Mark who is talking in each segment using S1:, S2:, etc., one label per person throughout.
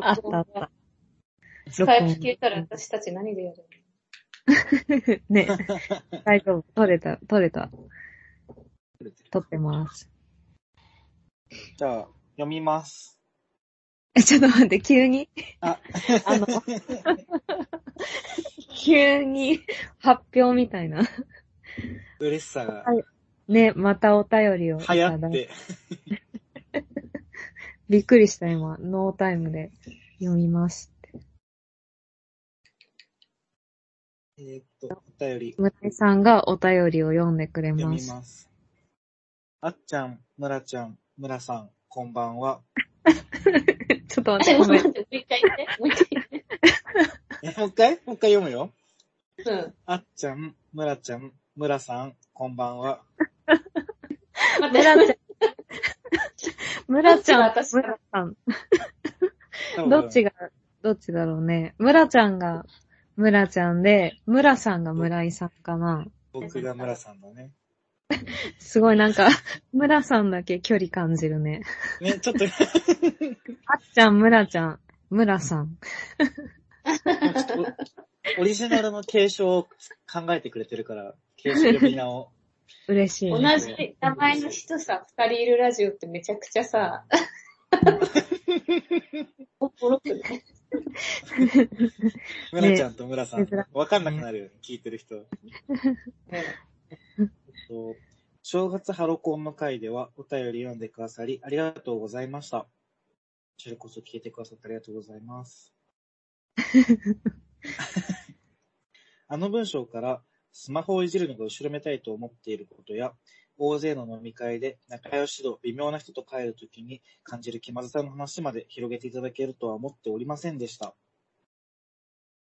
S1: あったあった。
S2: スカイプ消えたら私たち何でやる
S1: ね、大丈夫。取れた、取れた。取ってます。
S3: じゃあ、読みます。
S1: え、ちょっと待って、急に
S3: あ
S1: あの、急に発表みたいな。
S3: 嬉しさが
S1: ね、またお便りをいた
S3: 流
S1: だい。
S3: 行って。
S1: びっくりした今、ノータイムで読みます。
S3: えーっと、お便り
S1: 村井さんがお便りを読んでくれ
S3: 読
S1: ま
S3: み
S1: す。
S3: ます。あっちゃん、むらちゃん、むらさん、こんばんは。
S1: ちょっと
S2: あ、
S1: 待
S2: ち
S1: って、
S2: ょっ
S1: ご
S2: と
S1: め
S2: 待
S1: ん。
S2: って、もう一回言って。もう一回言っ
S3: え、もう一回もう一回読むよ。
S2: て。うん。
S3: あっちゃん、むらちゃん、むらさん、こんばんは。
S1: 村 ちゃん。村ちゃん、
S2: 私
S1: 村さん。
S3: 多分
S1: どっちが、どっちだろうね。村ちゃんが村ちゃんで、村さんが村井さんかな。
S3: 僕がむらさんだね。
S1: すごいなんか、 村さんだけ距離感じるね。
S3: ね、ちょっと、ちょ
S1: あっちゃん、村ちゃん、村さん。
S3: っとオリジナルの継承を考えてくれてるから、継承呼び名を。
S1: 嬉しい、ね。
S2: 同じ名前の人さ、二人いるラジオってめちゃくちゃさ、おもろくね。
S3: むらちゃんとむらさん
S1: ね珍しいね、
S3: わかんなくなるよね、聞いてる人。と正月ハロコンの会ではお便り読んでくださりありがとうございました。こちらこそ聞いてくださってありがとうございます。あの文章からスマホをいじるのが後ろめたいと思っていることや、大勢の飲み会で仲良し度微妙な人と帰るときに感じる気まずさの話まで広げていただけるとは思っておりませんでした。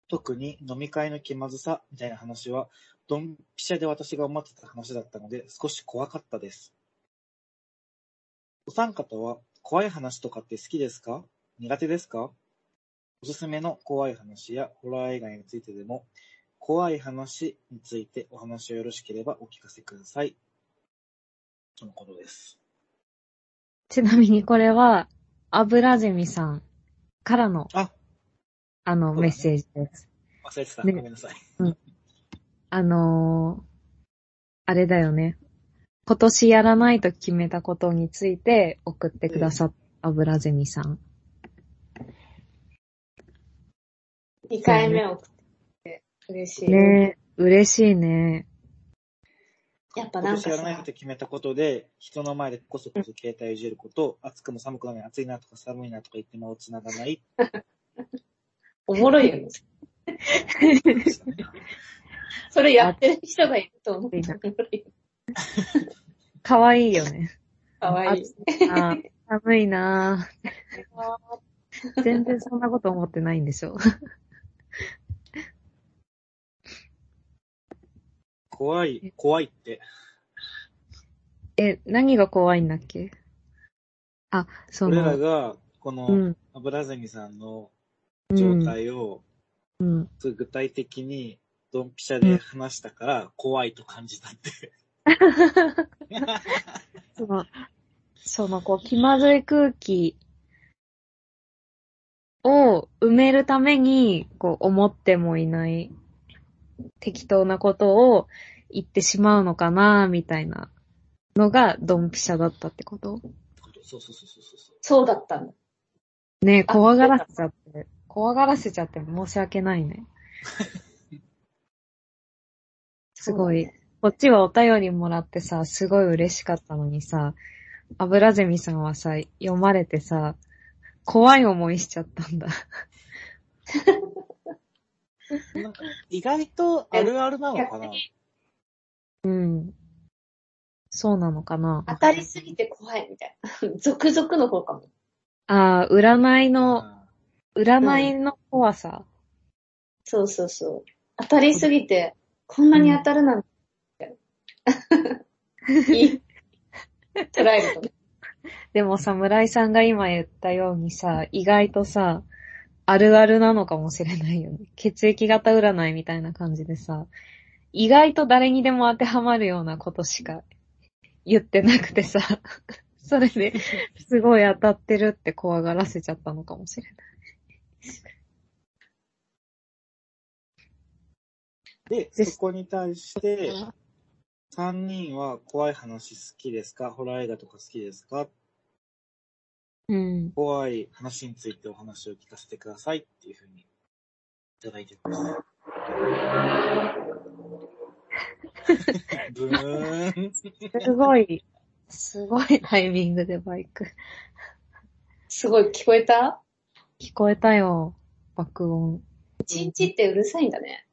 S3: 特に飲み会の気まずさみたいな話はドンピシャで私が思ってた話だったので、少し怖かったです。お三方は怖い話とかって好きですか苦手ですかおすすめの怖い話やホラー映画についてでも、怖い話についてお話をよろしければお聞かせください。とのことです。
S1: ちなみにこれは、油染みさんからの、
S3: あ
S1: あの、
S3: そうだね
S1: メッセージです。
S3: 忘れてた。
S1: ね
S3: ごめんなさい。
S1: あのー、あれだよね。今年やらないと決めたことについて送ってくださった油ゼミさん。
S2: 二回目を送って、嬉しい。
S1: ね嬉しいね。
S2: やっぱ
S3: 今
S2: なん
S3: 年
S2: か
S3: やらない
S2: さ
S3: と、決めたことで、人の前でこそこそ携帯をいじること、暑くも寒くもない、暑いなとか寒いなとか言って間を繋がない
S2: おもろいよね。
S3: ってことでしたね。
S2: それやってる人がいると思う。
S1: かわいいよね。
S2: かわいい。
S1: あー寒いなぁ。全然そんなこと思ってないんでしょ。
S3: 怖い、怖いって。
S1: え、何が怖いんだっけあ、そ
S3: 俺ら
S1: の、
S3: が、こ
S1: う
S3: の、
S1: ん、
S3: 油ゼミさんの
S1: うん
S3: 状、態を、
S1: うん。
S3: 具体的に、ドンピシャで話したから、怖いと感じ たって。
S1: その、その、こう、気まずい空気を埋めるために、こう、思ってもいない適当なことを言ってしまうのかな、みたいなのが、ドンピシャだったってこと
S3: そうそうそうそうそう。
S2: そうだったの。
S1: ねえ、怖がらせちゃって、怖がらせちゃって申し訳ないね。すごい。こっちはお便りもらってさ、すごい嬉しかったのにさ、油ゼミさんはさ、読まれてさ、怖い思いしちゃったんだ。
S3: なんか意外とあるあるなのかな
S2: 逆
S1: うん。そうなのかな。
S2: 当たりすぎて怖いみたいな。続々の方かも。
S1: ああ、占いの、占いの怖さ。
S2: そうそうそう。当たりすぎて、こんなに当たるなんて。いい。捉えるとね。
S1: でもさ、村井さんが今言ったようにさ、意外とさ、あるあるなのかもしれないよね。 血液型占いみたいな感じでさ、意外と誰にでも当てはまるようなことしか言ってなくてさ、 それ で、すごい当たってるって怖がらせちゃったのかもしれない。
S3: で、
S1: です
S3: そこに対して、3人は怖い話好きですかホラー映画とか好きですか
S1: うん。
S3: 怖い話についてお話を聞かせてくださいっていうふうにいただいてます。 ブーン。
S1: すごい、すごいタイミングでバイク。
S2: すごい、聞こえた
S1: 聞こえたよ。爆音。
S2: 一日ってうるさいんだね。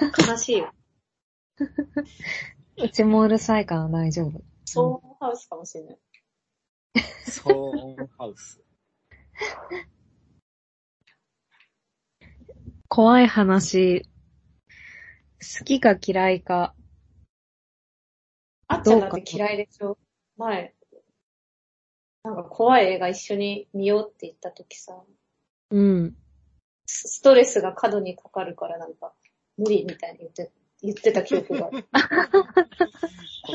S2: なんか悲しいよ。
S1: うちもうるさいから大丈夫。
S2: ソーハウスかもしれない。
S3: 騒音ハウス。
S1: 怖い話。好きか嫌いか。
S2: あっちゃんだって嫌いでしょ前、なんか怖い映画一緒に見ようって言った時さ、
S1: うん。
S2: スストレスが過度にかかるからなんか、無理みたいに言って、言ってた記憶がある。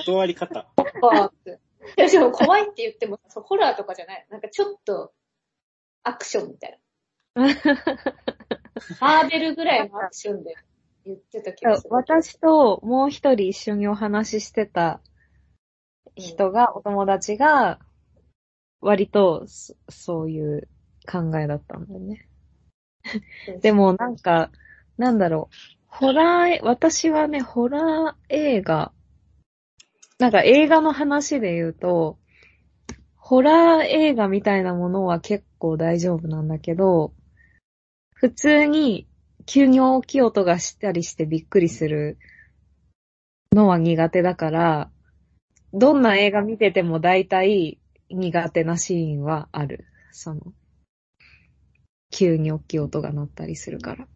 S3: 断り方。
S2: 怖って。いや、でも怖いって言ってもそう、ホラーとかじゃない。なんかちょっと、アクションみたい な。ハーベルぐらいのアクションで言ってた気がする。
S1: 私ともう一人一緒にお話ししてた人が、お友達が、割とそ、そういう考えだったんだよね。
S2: うん
S1: でもなんか、なんだろう。ホラー、私はね、ホラー映画。なんか映画の話で言うと、ホラー映画みたいなものは結構大丈夫なんだけど、普通に急に大きい音がしたりしてびっくりするのは苦手だから、どんな映画見てても大体苦手なシーンはある。その、急に大きい音が鳴ったりするから。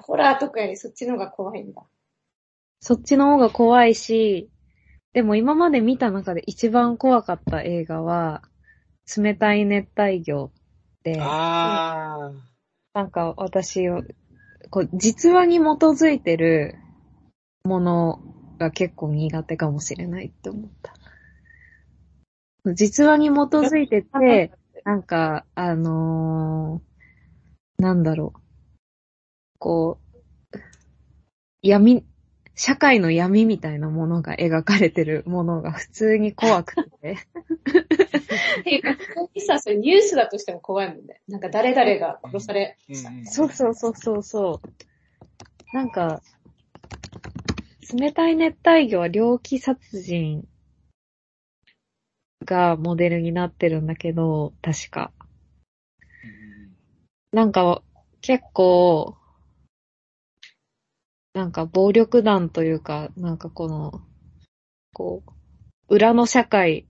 S2: ホラーとかよりそっちの方が怖いんだ。
S1: そっちの方が怖いし、でも今まで見た中で一番怖かった映画は、冷たい熱帯魚で、
S3: あー。
S1: なんか私を、こう、実話に基づいてるものが結構苦手かもしれないって思った。実話に基づいてて、なんか、あのーなんだろう。こう、闇、社会の闇みたいなものが描かれてるものが普通に怖くて。
S2: っていうか、普通にさ、それニュースだとしても怖いもんね。なんか誰々が殺され、
S3: うんうん
S1: そうそうそうそうそう。なんか、冷たい熱帯魚は猟奇殺人がモデルになってるんだけど、確か。なんか、結構、なんか暴力団というか、なんかこの、こう、裏の社会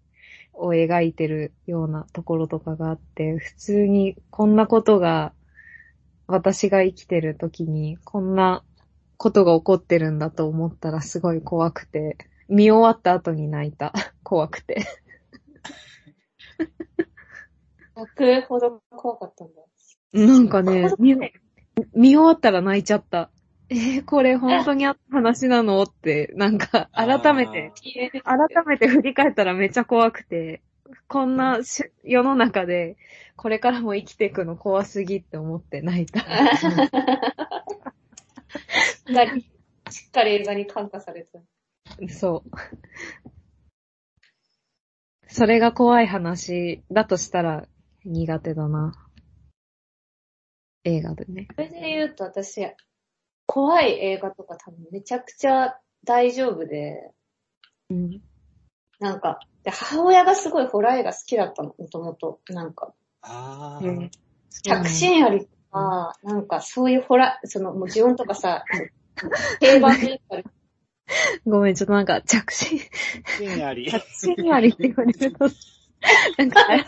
S1: を描いてるようなところとかがあって、普通にこんなことが、私が生きてる時に、こんなことが起こってるんだと思ったらすごい怖くて、見終わった後に泣いた。怖くて。
S2: 泣くほど怖かったんだ。
S1: なんかね、見見終わったら泣いちゃった。えーこれ本当にあった話なのって、なんか、改めて、。改めて振り返ったらめっちゃ怖くて、こんなし世の中で、これからも生きていくの怖すぎって思って泣い た。
S2: しっかり、しっかり映画に感化された。
S1: そう。それが怖い話だとしたら苦手だな。映画でね。
S2: それで言うと私、怖い映画とか多分めちゃくちゃ大丈夫で、
S1: うん。
S2: なんか、で母親がすごいホラー映画好きだったの、もともと。なんか、
S3: あ
S1: う
S3: ー
S1: ん。
S2: 着信ありとか、なんかそういうホラー、その、もう呪音とかさ、 定番である
S1: ごめん、ちょっとなんか着信、
S3: 芯あり。
S1: 着信ありって言われると、なんか、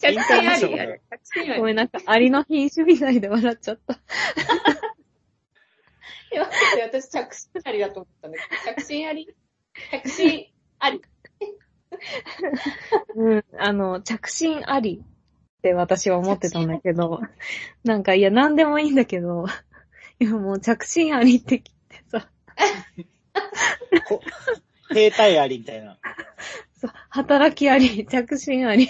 S2: 着信あ
S3: インターネット
S2: り
S3: だ
S2: あ
S3: よ
S2: る。着信あ
S1: ごめ
S2: り。
S1: ん、なんか、アリの品種みたいで笑っちゃった。
S2: いや私着信ありだと思ったんだけど、着信あり着信あり。
S1: うん。あの、着信ありって私は思 ってたんだけど、なんか、いや、なんでもいいんだけど、いや、もう着信ありって聞いてさ、
S3: こ兵隊ありみたいな。
S1: そう働きあり、着信あり。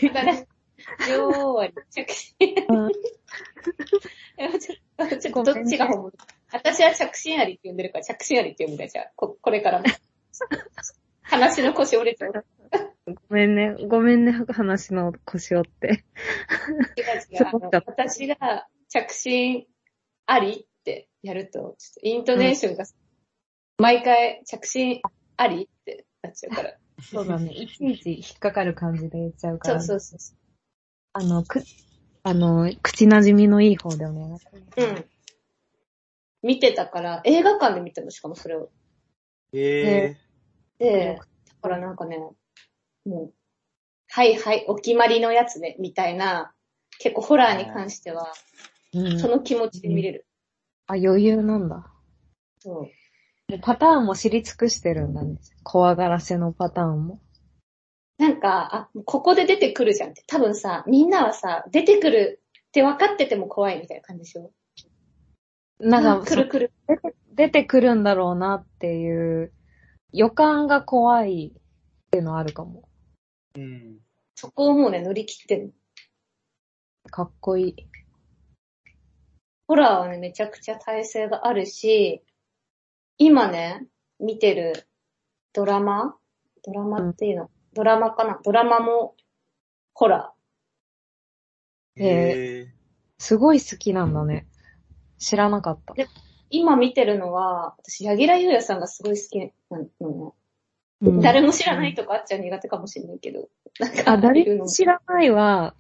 S2: 女王に着信。いやちょっとちょっとどっちが本物私は着信ありって呼んでるから、着信ありって呼ぶんだじゃあ、こ、これ からも。話の腰折れちゃう。
S1: ごめんね、ごめんね、話の腰折って。
S2: 違う違。
S1: そう
S2: あの
S1: っか
S2: 私が着信ありってやると、ちょっとイントネーションが、毎回着信ありってなっちゃうから。
S1: そうだね。いちいち引っかかる感じで言っちゃうか
S2: そ
S1: ら。
S2: うそうそうそ
S1: あの、く、あの、口馴染みのいい方でお願いします。
S2: う。うん。見てたから、映画館で見たの、しかもそれを。
S3: え
S2: で、だからなんかね、もう、はいはい、お決まりのやつね、みたいな、結構ホラーに関しては、
S1: うん
S2: その気持ちで見れる。
S1: あ、余裕なんだ。
S2: そう。
S1: でパターンも知り尽くしてるんだね。怖がらせのパターンも。
S2: なんか、あ、ここで出てくるじゃんって。多分さ、みんなはさ、出てくるって分かってても怖いみたいな感じでしょ
S1: なんか、
S2: くるくる。
S1: そう出てくるんだろうなっていう、予感が怖いっていうのあるかも。
S3: ー、うん。
S2: そこをもうね、乗り切ってる。
S1: かっこいい。
S2: ホラーはね、めちゃくちゃ耐性があるし、今ね、見てるドラマドラマっていうの、ドラマかなドラマも、ホラ
S1: え
S3: え
S1: すごい好きなんだね。知らなかった。
S2: で
S1: う
S2: ー。今見てるのは、私、柳楽優弥さんがすごい好きなのね。
S1: ん
S2: 誰も知らないとかあっちゃ苦手かもしれないけど。なんか、
S1: あ、
S2: い
S1: 誰
S2: るの
S1: も知らないは、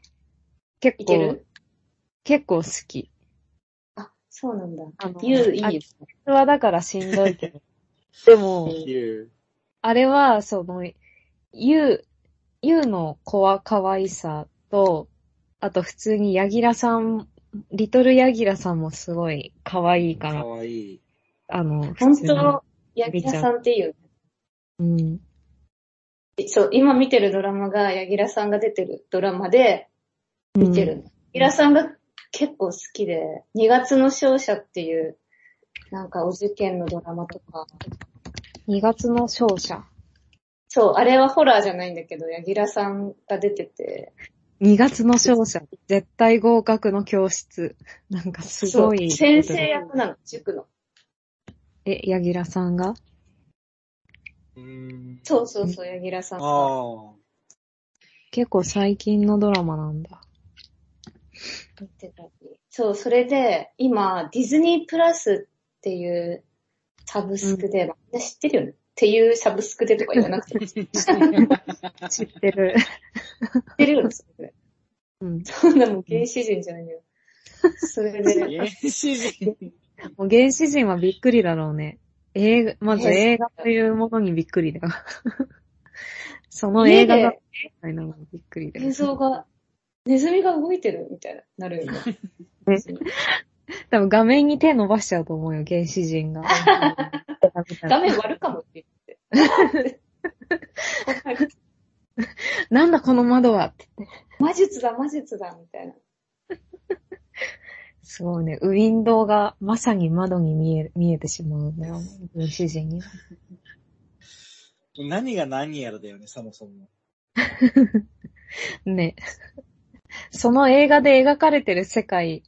S1: 結
S2: いける
S1: 構、結構好き。
S2: あ、そうなんだ。
S1: あの
S2: 言う、いい
S1: あ
S2: よ。
S1: それはだからしんどいけ ど。でも、
S3: ー、ゆ、
S1: あれは、その、ゆう、ゆうの子は可愛さと、あと普通にヤギラさん、リトルヤギラさんもすごい可愛いうか、
S3: からわいい。
S1: あの、
S2: 本
S1: 普通に
S2: 当、ヤギラさんっていう。
S1: うん。
S2: そう、今見てるドラマが、ヤギラさんが出てるドラマで見てるの。ヤギラさんが結構好きで、2月の勝者っていう、なんかお受験のドラマとか。
S1: うん。2月の勝者。
S2: そう、あれはホラーじゃないんだけど、ヤギラさんが出てて、
S1: 2月の勝者。絶対合格の教室。 なんかすごい。
S2: そう先生役なの、塾の。
S1: え、ヤギラさんが
S3: うーん。
S2: そうそうそう、ヤギラさんが。
S3: あ
S1: 結構最近のドラマなん だ。
S2: 見てたりそう、それで、今、ディズニープラスっていうサブスクで、まあみんな知ってるよねっていうサブスクでとか言わなくても知っ
S1: 知ってる。
S2: てるよね、それぐらい。
S1: うん。
S2: そんな もう原始人じゃないよ。それ
S3: あ。
S2: で、
S3: 原始人。
S1: もう原始人はびっくりだろうね。映画、まず映画というものにびっくりだ よ。その映
S2: 家
S1: 画が、み
S2: で
S1: たいなのもびっくりだよ。
S2: 映像が、ネズミが動いてるみたいな、なるよ ね。
S1: 多分画面に手伸ばしちゃうと思うよ、原始人が。
S2: 画面割るかもって言って。
S1: なんだこの窓はって。
S2: 魔術だ、魔術だ、みたいな。
S1: すごいね。ウィンドウがまさに窓に見える、見えてしまうんだよ。原始人に。
S3: 何が何やらだよね、そもそも。
S1: ね。 その映画で描かれてる世界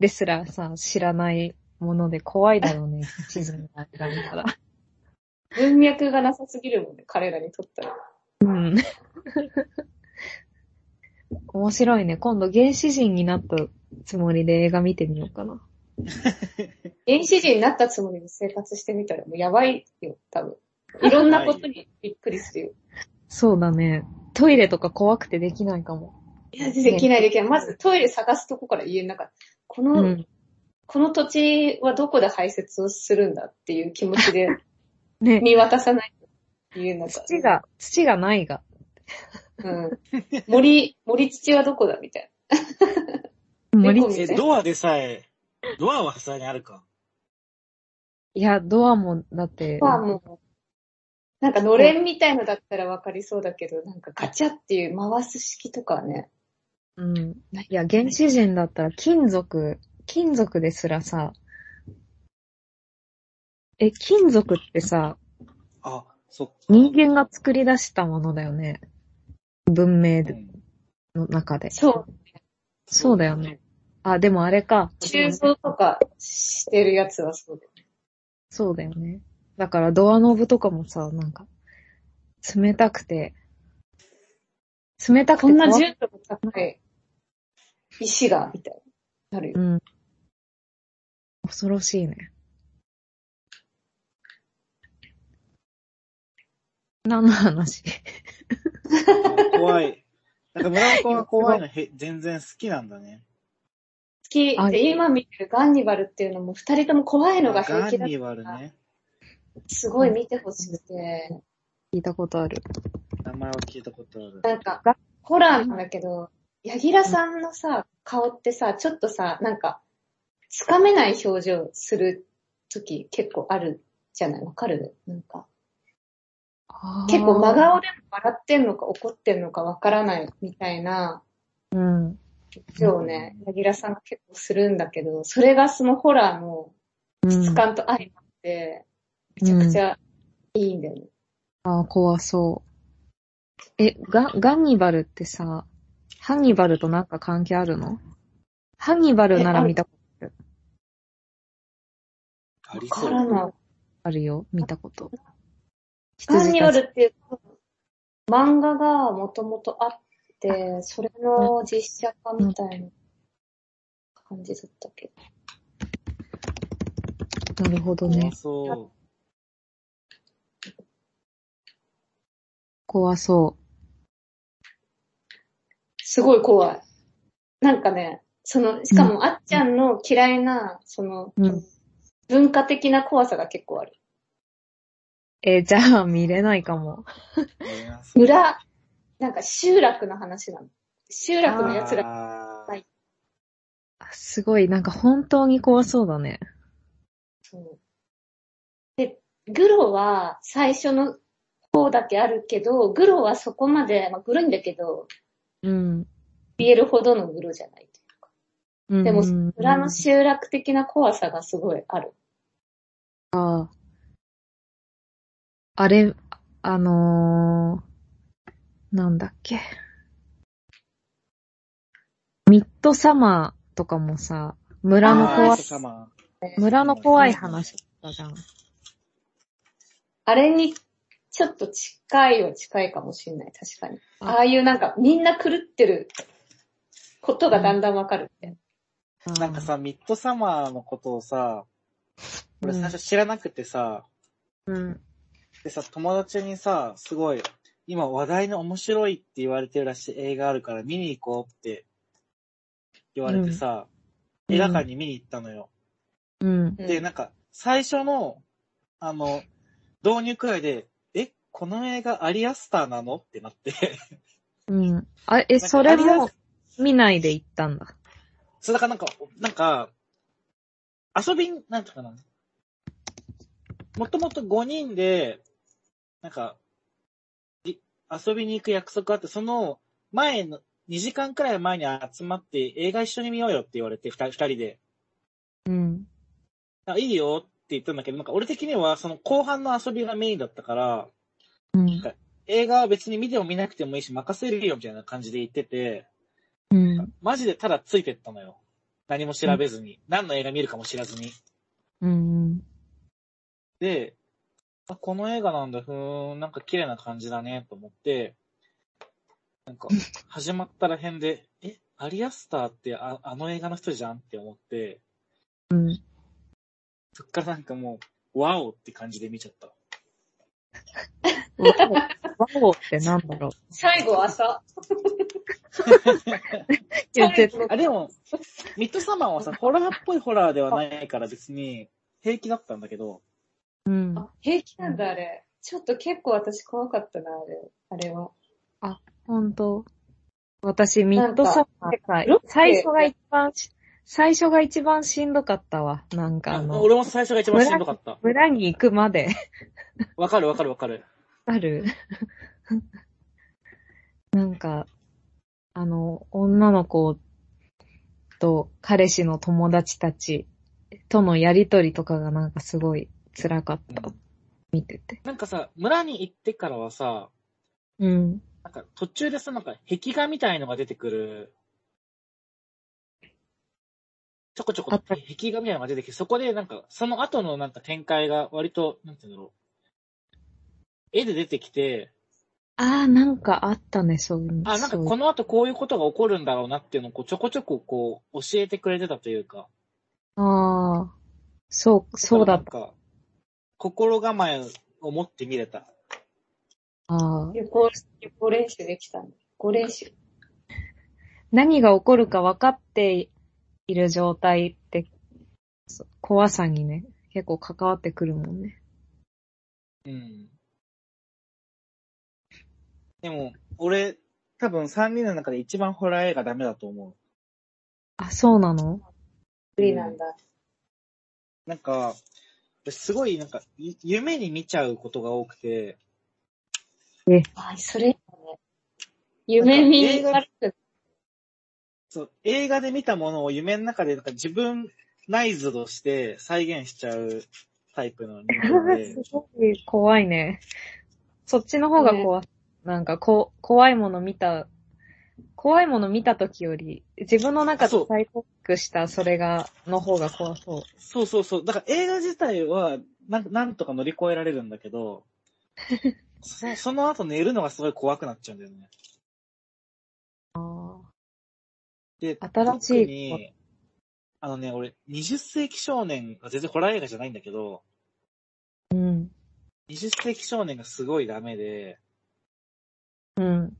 S1: ですらさ、知らないもので怖いだろうね、地図のあれが見たら。
S2: 文脈がなさすぎるもんね、彼らにとったら。
S1: うん。面白いね。今度原始人になったつもりで映画見てみようかな。
S2: 原始人になったつもりで生活してみたらもうやばいよ、多分。いろんなことにびっくりするよ。
S1: そうだね。トイレとか怖くてできないかも。
S2: いや、できないできない。まずトイレ探すとこから家の中。この、
S1: うん
S2: この土地はどこで排泄をするんだっていう気持ちで
S1: ね。
S2: 見渡さないと家の中。
S1: 土。が、土がないが。
S2: うん。森、森土はどこだみたい
S1: 森
S2: 猫み
S3: え、
S2: たい
S3: ドアでさえ、ドアはさすがにあるか。
S1: いや、ドアも、だって
S2: な。、まあもう、なんかのれんみたいのだったらわかりそうだけど、なんかガチャっていう回す式とかはね。
S1: うん。いや、原始人だったら金属、金属ですらさ、え、金属ってさ、
S3: あ、そっか。
S1: 人間が作り出したものだよね。文明
S3: うん
S1: の中で。
S2: そう。
S1: そうだよね。あ、でもあれか。
S2: 中蔵とかしてるやつはそうだよね。
S1: そうだよね。だからドアノブとかもさ、なんか、冷たくて、冷たくて
S2: こんな
S1: 乾
S2: 純度の高い石が、みたいな。なるよ。
S1: うん。恐ろしいね。何の話
S3: 怖い。なんか村岡は怖いのへ全然好きなんだね。
S2: 好き
S1: あ
S2: で、今見てるガンニバルっていうのも二人とも怖いのが平
S3: ガ
S2: 気
S3: ン
S2: だ。
S3: ニバルね。
S2: すごい見てほしくて。
S1: 聞いたことある。
S3: 名前は聞いたことある。
S2: なんか、ホラーなんだけど、柳楽さんのさ、顔ってさ、ちょっとさ、なんか、つかめない表情する時結構あるじゃないわかるなんか、結構真顔でも笑ってんのか怒ってんのかわからないみたいな
S1: うん。
S2: 表情をね、柳楽さんが結構するんだけど、それがそのホラーの質感と相まって、めちゃくちゃいいんだよね。
S1: ああ、怖そう。え、ガ、ガンニバルってさ、ハンニバルとなんか関係あるのハンニバルなら見たこと
S3: あり
S2: わ
S3: そ
S2: から
S3: う。
S2: ない。
S1: あるよ。見たこと。
S2: ガン
S1: 羊
S2: ニバ
S1: たち
S2: ルっていう漫画がもともとあって、それの実写化みたいな感じだったけど。
S1: なるほどね
S3: 怖。そ
S1: 怖そ
S2: すごい怖い。なんかね、その、しかもあっちゃんの嫌いな、その、
S1: う。うん。
S2: 文化的な怖さが結構ある。
S1: えーじゃあ見れないかも。
S3: う。見えます
S2: 村、なんか集落の話なの。集落の奴ら、
S3: あー
S2: はい
S1: あすごい、なんか本当に怖そうだね。
S2: そう。で、グロは最初の方だけあるけど、グロはそこまで、まあ、グロいんだけど、
S1: うん。
S2: 見えるほどのグロじゃない。
S1: うん
S2: でも、裏の集落的な怖さがすごいある。
S1: ああれ、あのー、なんだっけ。ミッドサマーとかもさ、村の
S3: あ
S1: 怖
S3: ー
S1: い、
S3: そうかま
S1: 村の怖い話だったじゃん。
S2: あれに、ちょっと近いは近いかもしれない、確かに。
S1: あ
S2: ああいうなんか、みんな狂ってることがだんだんわかるみたいな。
S1: あー
S3: なんかさ、ミッドサマーのことをさ、俺最初知らなくてさ、
S1: うん。
S3: でさ、友達にさ、すごい、今話題の面白いって言われてるらしい映画あるから見に行こうって言われてさ、
S1: うん
S3: 映画館に見に行ったのよ。
S1: うん。
S2: うん
S3: で、なんか、最初の、あの、導入くらいで、え、この映画アリアスターなのってなって。
S1: うん。あ、え、それも見ないで行ったんだ。
S3: そう、だからなんか、なんか、遊びん、なんとかな。もともと5人で、なんか、い遊びに行く約束あって、その前の、2時間くらい前に集まって映画一緒に見ようよって言われて、2人二人で。
S1: うん。
S3: あいいよって言ったんだけど、なんか俺的にはその後半の遊びがメインだったから、
S1: うん。
S3: 映画は別に見ても見なくてもいいし任せるよみたいな感じで言ってて、
S1: うん。
S3: マジでただついてったのよ。何も調べずに。何の映画見るかも知らずに。
S1: うん。
S3: で、あ、この映画なんだ、ふーん、なんか綺麗な感じだね、と思って、なん か、始まったら辺で、え、アリアスターってああの映画の人じゃんって思って、
S1: うん。
S3: そっからなんかもう、ワオって感じで見ちゃった。
S1: ワオ、ワオってなんだろう。
S2: 最後朝。
S1: いや絶
S2: 最後
S3: あ、でも、ミッドサマーはさ、ホラーっぽいホラーではないから別に、平気だったんだけど、
S1: うん。
S2: あ平気なんだ、あれ。ちょっと結構私怖かったな、あれ。あれは。
S1: 本当私、ミ
S2: なん
S1: ッ
S2: か
S1: ドサマー世界
S2: ロッ。ク
S1: 最初が一番し、最初が一番しんどかったわ。なんかあ
S3: あ
S1: の、
S3: 俺も最初が一番しんどかった。
S1: 村に行くまで。
S3: わかるわかるわかる。
S1: あるなんか、あの、女の子と彼氏の友達たちとのやりとりとかがなんかすごい辛かった。見てて。
S3: なんかさ、村に行ってからはさ、
S1: うん。
S3: なんか途中でさ、なんか壁画みたいのが出てくる。ちょこちょこ
S1: あった
S3: 壁画みたいのが出てきて、そこでなんか、その後のなんか展開が割と、なんていうんだろう。絵で出てきて、
S1: ああ、なんかあったね、そういうの。
S3: あ、なんか
S1: そういう
S3: この後こういうことが起こるんだろうなっていうのをこうちょこちょここう教えてくれてたというか。
S1: ああ、そう、そうだ
S3: なん
S1: っ
S3: か、心構えを持って見れた。
S1: た。あー
S2: 予行、予行練習できたんだ。予行練習。
S1: 何が起こるか分かっている状態って、そう怖さにね、結構関わってくるもんね。
S3: うん。でも、俺、多分3人の中で一番ホラー映画ダメだと思
S1: あ、そうなの
S2: 不利なんだ。
S3: う。なんか、すごいなんか、ゆ夢に見ちゃうことが多くて、
S2: あ、それいいね。夢見る
S3: なんかそう、映画で見たものを夢の中でなんか自分ナイズとして再現しちゃうタイプの人間 で、
S1: すごい怖いね。そっちの方が怖い。なんかこ、怖いもの見た、怖いもの見た時より、自分の中
S3: あそう
S1: で再構築したそれが、の方が怖そう。
S3: そうそうそう。だから映画自体は、なんなんとか乗り越えられるんだけど、そその後寝るのがすごい怖くなっちゃうんだよね。
S1: あ
S3: で、
S1: 新しい
S3: 特に、あのね、俺、20世紀少年が全然ホラー映画じゃないんだけど、
S1: あ。うん。
S3: 20世紀少年がすごいダメで、
S1: うん。
S3: なん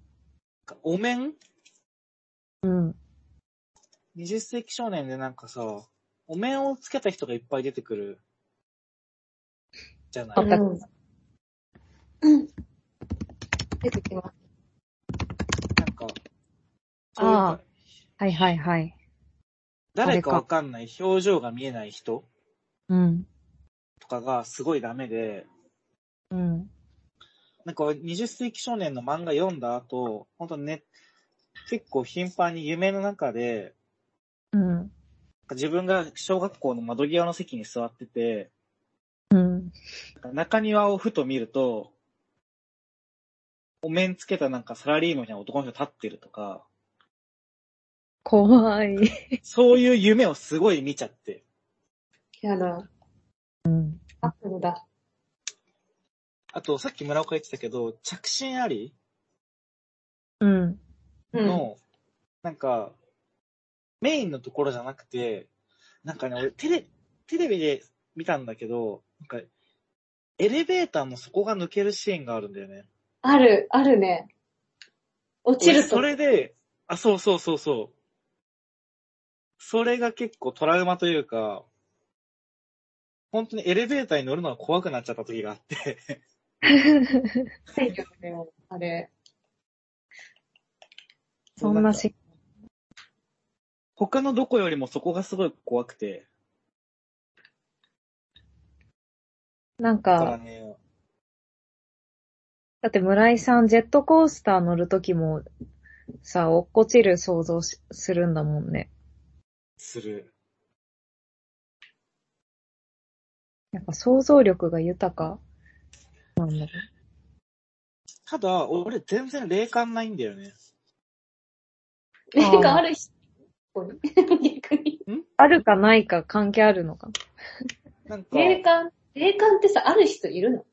S3: かお面
S1: うん。
S3: ?20 世紀少年でなんかさ、お面をつけた人がいっぱい出てくる。じゃな
S1: あ
S3: い
S1: った
S2: うんうん。出てきます。
S3: なんか、そういう
S1: あ
S3: か
S1: あ。はいはいはい。
S3: 誰かわかんない、表情が見えない人
S1: うん。
S3: とかがすごいダメで、
S1: うん。
S3: なんか俺20世紀少年の漫画読んだ後、本当ね、結構頻繁に夢の中で、
S1: うん。
S3: 自分が小学校の窓際の席に座ってて、
S1: うん。
S3: 中庭をふと見ると、お面つけたなんかサラリーマンみたいな男の人立ってるとか、
S1: 怖い。
S3: そういう夢をすごい見ちゃって。
S2: やだ。
S1: うん。
S2: 悪夢だ。
S3: あと、さっき村岡言ってたけど、着信あり
S1: うん。
S2: うん。
S3: の、なんか、メインのところじゃなくて、なんかね、俺テレ、テレビで見たんだけど、なんか、エレベーターの底が抜けるシーンがあるんだよね。
S2: ある、あるね。落ちる
S3: 俺
S2: と
S3: そ。れで、あ、そうそうそうそう。それが結構トラウマというか、本当にエレベーターに乗るのが怖くなっちゃった時があって。
S2: ないよね、あれ。
S1: そんな
S3: か
S1: し、
S3: 他のどこよりもそこがすごい怖くて。
S1: なん
S3: だか
S1: か、
S3: らね、
S1: だって村井さん、ジェットコースター乗るときも、さ、落っこちる想像しするんだもんね。
S3: する。
S1: やっぱ想像力が豊かなんだね。
S3: ただ、俺全然霊感ないんだよね。
S2: なんかある人、ここに逆に。
S1: あるかないか関係あるのか
S3: なんか、
S2: 霊
S3: い
S2: 感、霊感ってさ、ある人いるの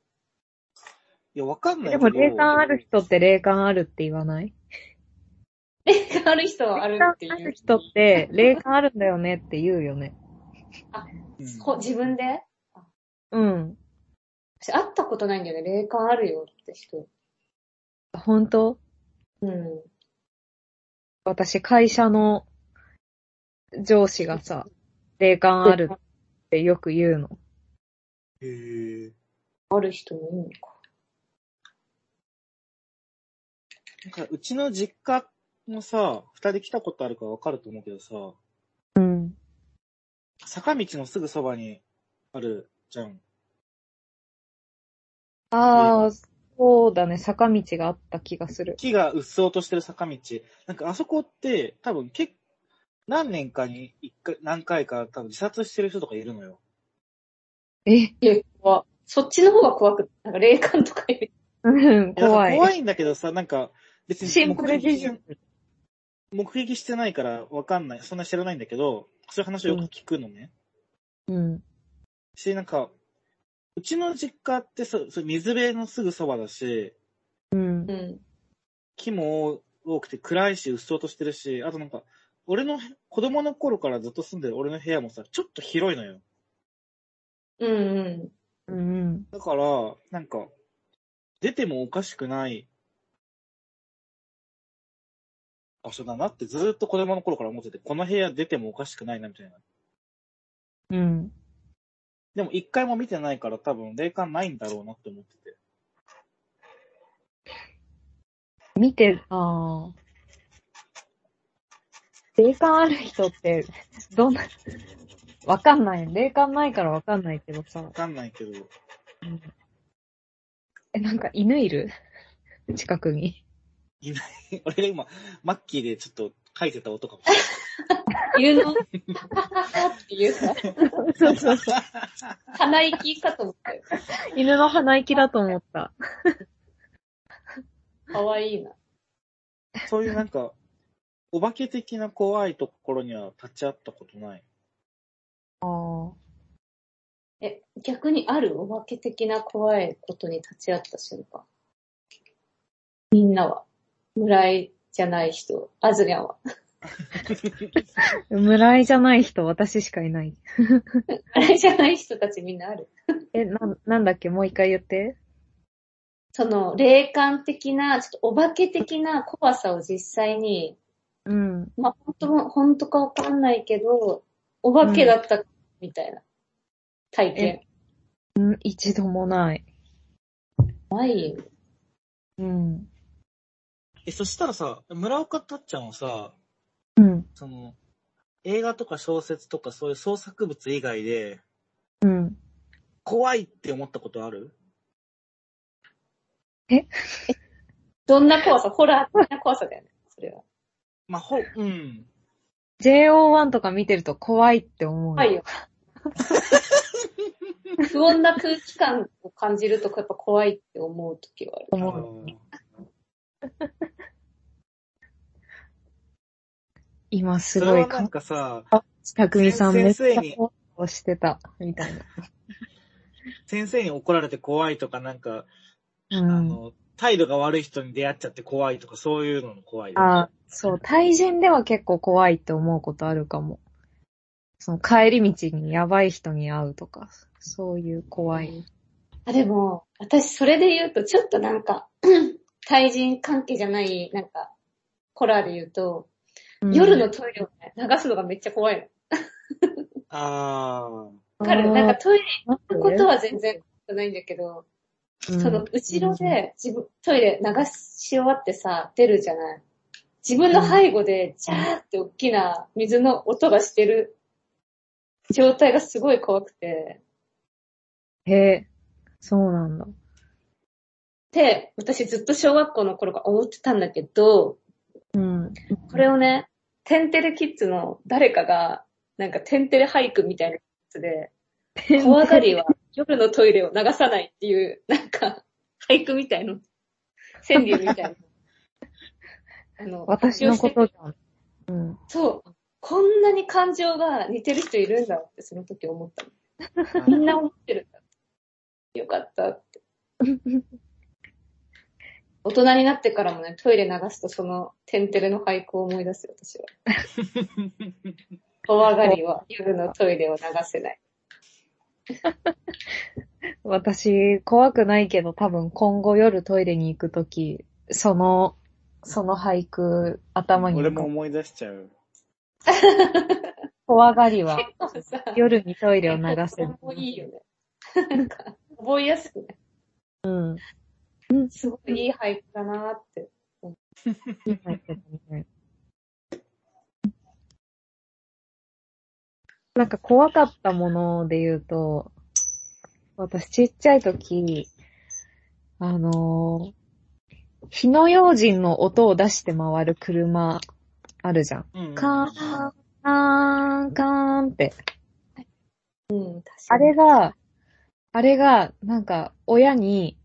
S3: や、わかんない
S1: な
S3: け
S1: で
S3: ど。
S1: も霊感ある人って霊感あるって言わない
S2: 霊感 ある人はある
S1: 霊感
S2: ってい
S1: ある
S2: う。
S1: 人って霊感あるんだよねって言うよね。
S3: うん
S2: こ自分で
S1: うん。
S2: 私会ったことないんだよね、霊感あるよって人。
S1: 本当
S2: うん。
S1: 私会社の上司がさ、霊感あるってよく言うの。
S3: へー
S2: ある人もいいのか。
S3: なんか、うちの実家もさ、二人来たことあるからわかると思うけどさ、
S1: うん。
S3: 坂道のすぐそばにあるじゃん。
S1: ああ、そうだね。坂道があった気がする。
S3: 木がうっそうとしてる坂道。なんかあそこって多分結何年かに一回、何回か多分自殺してる人とかいるのよ。
S1: え、
S2: え、怖そっちの方が怖く、なんか霊感とかより。
S1: うん、
S3: いや
S1: 怖い。
S3: 怖いんだけどさ、なんか、別に
S1: シンプル
S3: 目撃して目撃してないからわかんない。そんな知らないんだけど、そういう話をよく聞くのね。
S1: うん。
S3: し、なんか、うちの実家ってさ、そう水辺のすぐそばだし、
S1: うん
S2: う。ん。
S3: 木も多くて暗いし、うっそうとしてるし、あとなんか、俺の子供の頃からずっと住んでる俺の部屋もさ、ちょっと広いのよ。
S2: うんうん。
S1: うん。
S3: だから、なんか、出てもおかしくない場所だなってずーっと子供の頃から思ってて、この部屋出てもおかしくないなみたいな。
S1: うん。
S3: でも一回も見てないから多分霊感ないんだろうなって思ってて。
S1: 見て、ああ。霊感ある人って、どんな、わかんない。霊感ないからわかんないけどさ
S3: わ。かんないけど、
S1: え、なんか犬いる近くに。
S3: 俺が今、マッキーでちょっと書いてた音かもしれな
S2: 犬
S3: い。
S2: の、っていうさ、
S1: そうそうそう。
S2: 鼻息かと思ったよ。
S1: 犬の鼻息だと思った。
S2: かわいいな。
S3: そういうなんか、お化け的な怖いところには立ち会ったことない。
S1: ああ。
S2: え、逆にあるお化け的な怖いことに立ち会った瞬間。みんなは、村井じゃない人、アズニャンは。
S1: 村井じゃない人、私しかいない。
S2: あれじゃない人たちみんなある。
S1: え、な、なんだっけもう一回言って。
S2: その、霊感的な、ちょっとお化け的な怖さを実際に、
S1: うん。
S2: まあ、本当も、本当かわかんないけど、お化けだった、みたいな、体験。
S1: うん一度もない。
S2: ないよ。
S1: うん。
S3: え、そしたらさ、村岡たっちゃんはさ、
S1: うん。
S3: その、映画とか小説とかそういう創作物以外で、
S1: うん。
S3: 怖いって思ったことある
S2: どんな怖さホラー的な怖さだよね。それは。
S3: まあ、ほ、うん。
S1: JO1 とか見てると怖いって思う。
S2: 怖い よ。不穏な空気感を感じると、やっぱ怖いって思うときはある。
S3: あ
S1: 思う。
S3: の
S1: 今す
S3: それ
S1: ごい
S3: はなんかさ、
S1: たくみさんめっ
S3: 先
S1: ち
S3: 生
S1: ゃ
S3: に
S1: 怖をしてた、みたい
S3: 先生に怒られて怖いとか、なんか、
S1: な。
S3: あ
S1: うん。
S3: の、態度が悪い人に出会っちゃって怖いとか、そういうのの怖い。
S1: あそう、対人では結構怖いって思うことあるかも。その帰り道にやばい人に会うとか、そういう怖い。
S2: あ、でも、私それで言うと、ちょっとなんか、 対人関係じゃない、なんか、ホラーで言うと、
S1: うん
S2: 夜のトイレをね、流すのがめっちゃ怖いの。
S3: あ
S2: わかるなんか、トイレ
S1: なん
S2: 行くことは全然ないんだけど、
S1: うん
S2: その後ろで自分、トイレ流し終わってさ、出るじゃない自分の背後で、ジャーって大きな水の音がしてる状態がすごい怖くて、
S1: へえ、そうなんだ。
S2: で、私ずっと小学校の頃から思ってたんだけど、
S1: うん。
S2: これをね、テンテレキッズの誰かが、なんかテンテレ俳句みたいなやつで、怖がりは夜のトイレを流さないっていう、なんか、俳句みたいな、川柳みたい な。あの
S1: 私のこと
S2: 発表して
S1: じゃん。うん。
S2: てそう。こんなに感情が似てる人いるんだって、その時思ったの。
S3: ー。
S2: みんな思ってるんだ。よかっ たって。大人になってからもね、トイレ流すとそのテンテレの俳句を思い出すよ、私は。怖がりは夜のトイレを流せない。
S1: 私、怖くないけど、多分今後夜トイレに行くとき、その、その俳句、頭に
S3: 俺も思い出しちゃう。
S1: 怖がりは
S2: さ
S1: 夜にトイレを流せる
S2: 結構。これもいいよね。なんか、覚えやすくね。
S1: うん。
S2: すごいいい俳句だなーって。
S1: いいんだけどねなんか怖かったもので言うと、私ちっちゃい時、あのー火の用心の音を出して回る車あるじゃん。
S3: うんうん
S1: カーン、カーン、カーンって。
S2: うん、確か
S1: あ
S2: に。
S1: れが、あれが、なんか、親に、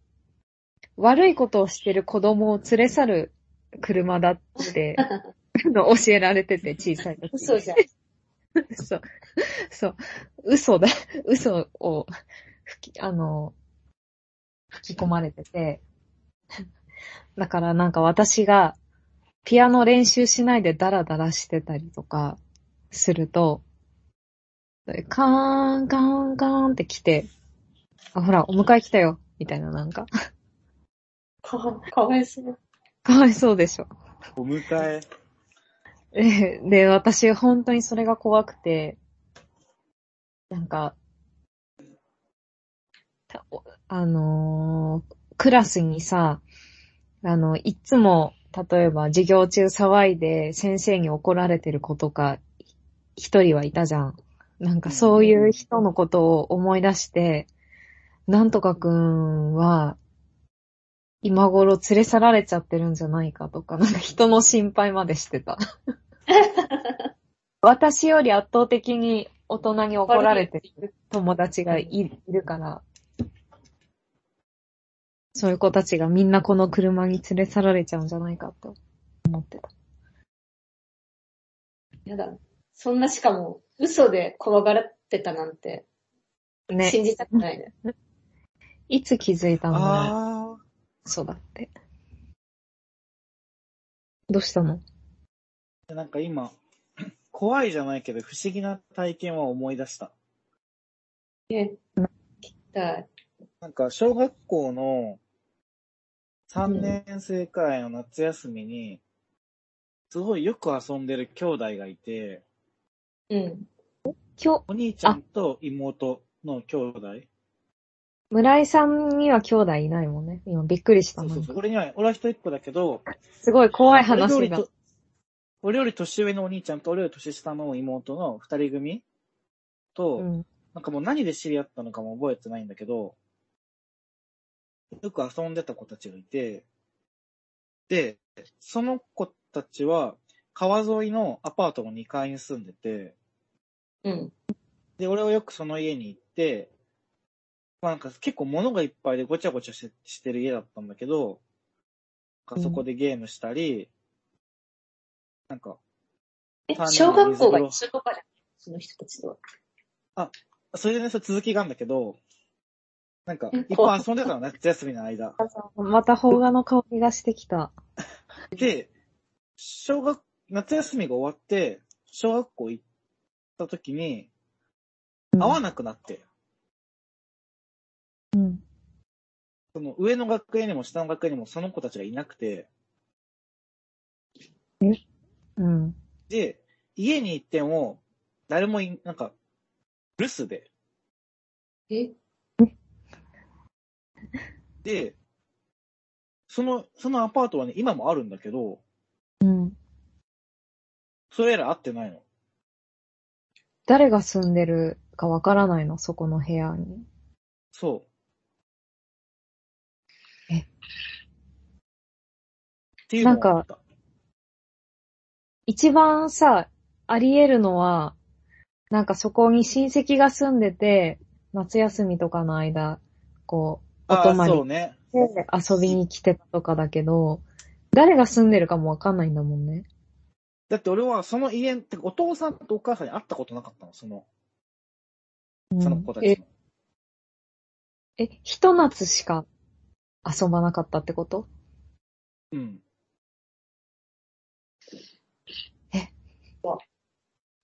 S1: 悪いことをしてる子供を連れ去る車だって、 の教えられてて、小さい時。
S2: 嘘じゃん。
S1: そう。そう。嘘だ。 嘘を吹き、あの、吹き込まれてて。 だからなんか私がピアノ練習しないでダラダラしてたりとかすると、カーン、カーン、カーンって来て、あ、ほら、お迎え来たよ。みたいななんか。
S2: かわかわいそう。
S1: かわいそうでしょ。
S3: お迎え。
S1: え で、私、本当にそれが怖くて、なんか、たおあのークラスにさ、あの、いっつも、例えば授業中騒いで先生に怒られてる子とか、一人はいたじゃん。なんかそういう人のことを思い出して、なんとかくんは、今頃連れ去られちゃってるんじゃないかとか、なんか人の心配までして た。私より圧倒的に大人に怒られてる友達がいいるから、そういう子たちがみんなこの車に連れ去られちゃうんじゃないかと思ってた。
S2: やだ。そんなしかも、嘘で怖がらってたなんて、
S1: ね。
S2: 信じたくな いね。
S1: いつ気づいたの
S3: ああ。
S1: そうだって。どうしたの
S3: でなんか今、 怖いじゃないけど、不思議な体験は思い出した。
S2: え、だ
S3: なんか、小学校の3年生くらいの夏休みに、すごいよく遊んでる兄弟がいて、
S2: うん。
S1: 今日、
S3: お兄ちゃんと妹の兄弟。
S1: 村井さんには兄弟いないもんね。今びっくりした
S3: そう
S1: の。
S3: そうそう。俺には、俺は一人っ子だけど、
S1: すごい怖い話
S3: 俺より
S1: が
S3: と。俺より年上のお兄ちゃんと俺より年下の妹の二人組と、
S1: うん。
S3: なんかもう何で知り合ったのかも覚えてないんだけど、よく遊んでた子たちがいて、で、その子たちは川沿いのアパートの2階に住んでて、
S2: うん。
S3: で、俺はよくその家に行って、まあなんか結構物がいっぱいでごちゃごちゃししてる家だったんだけど、なんかそこでゲームしたり、なんか、
S2: え
S3: 単、に
S2: 小学校が一緒とかじゃん。その人たちとは。
S3: それでね、それ続きがあるんだけど、なんか、い
S2: え
S3: っぱい遊んでたの、夏休みの間。
S1: また邦画の香りがしてきた。
S3: で、小学、夏休みが終わって、小学校行った時に、
S1: うん
S3: 会わなくなって、
S1: うん。
S3: その上の学園にも下の学園にもその子たちがいなくて、
S1: うん。
S3: で、家に行っても、誰もい、なんか、留守で、
S2: え、
S3: で、その、そのアパートはね、今もあるんだけど、
S1: うん。
S3: それ以来会ってないの。
S1: 誰が住んでるかわからないの、そこの部屋に。
S3: そう。
S1: え
S3: っていうのがあった。
S1: 一番さ、あり得るのは、なんかそこに親戚が住んでて、夏休みとかの間、こう、お
S3: あ
S1: 泊
S3: あ、
S1: まり
S3: そうね。
S1: で遊びに来てたとかだけど、誰が住んでるかもわかんないんだもんね。
S3: だって俺はその家、てかお父さんとお母さんに会ったことなかったの、その、
S1: うん
S3: その子たち
S1: え、
S3: の。
S1: え、ひと夏しか遊ばなかったってこと
S3: うん。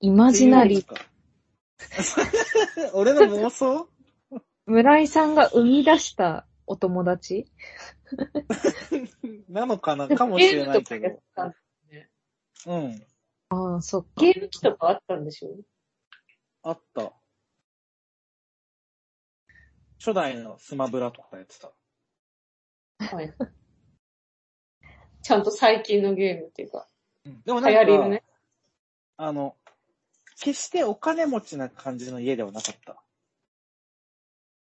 S1: イマジナリー。
S3: 俺の妄想
S1: 村井さんが生み出したお友達
S3: なのかなかもしれないけ
S2: ゲーム
S3: ど
S2: と。かやった
S3: うん。
S1: ああ、そっか
S2: ゲ。ーム機とかあったんでしょ
S3: あった。初代のスマブラとかやってた。
S2: はい。ちゃんと最近のゲームっていうか、
S3: うんでもなん
S2: 流
S3: か、
S2: 行りのね。
S3: あの、決してお金持ちな感じの家ではなかった。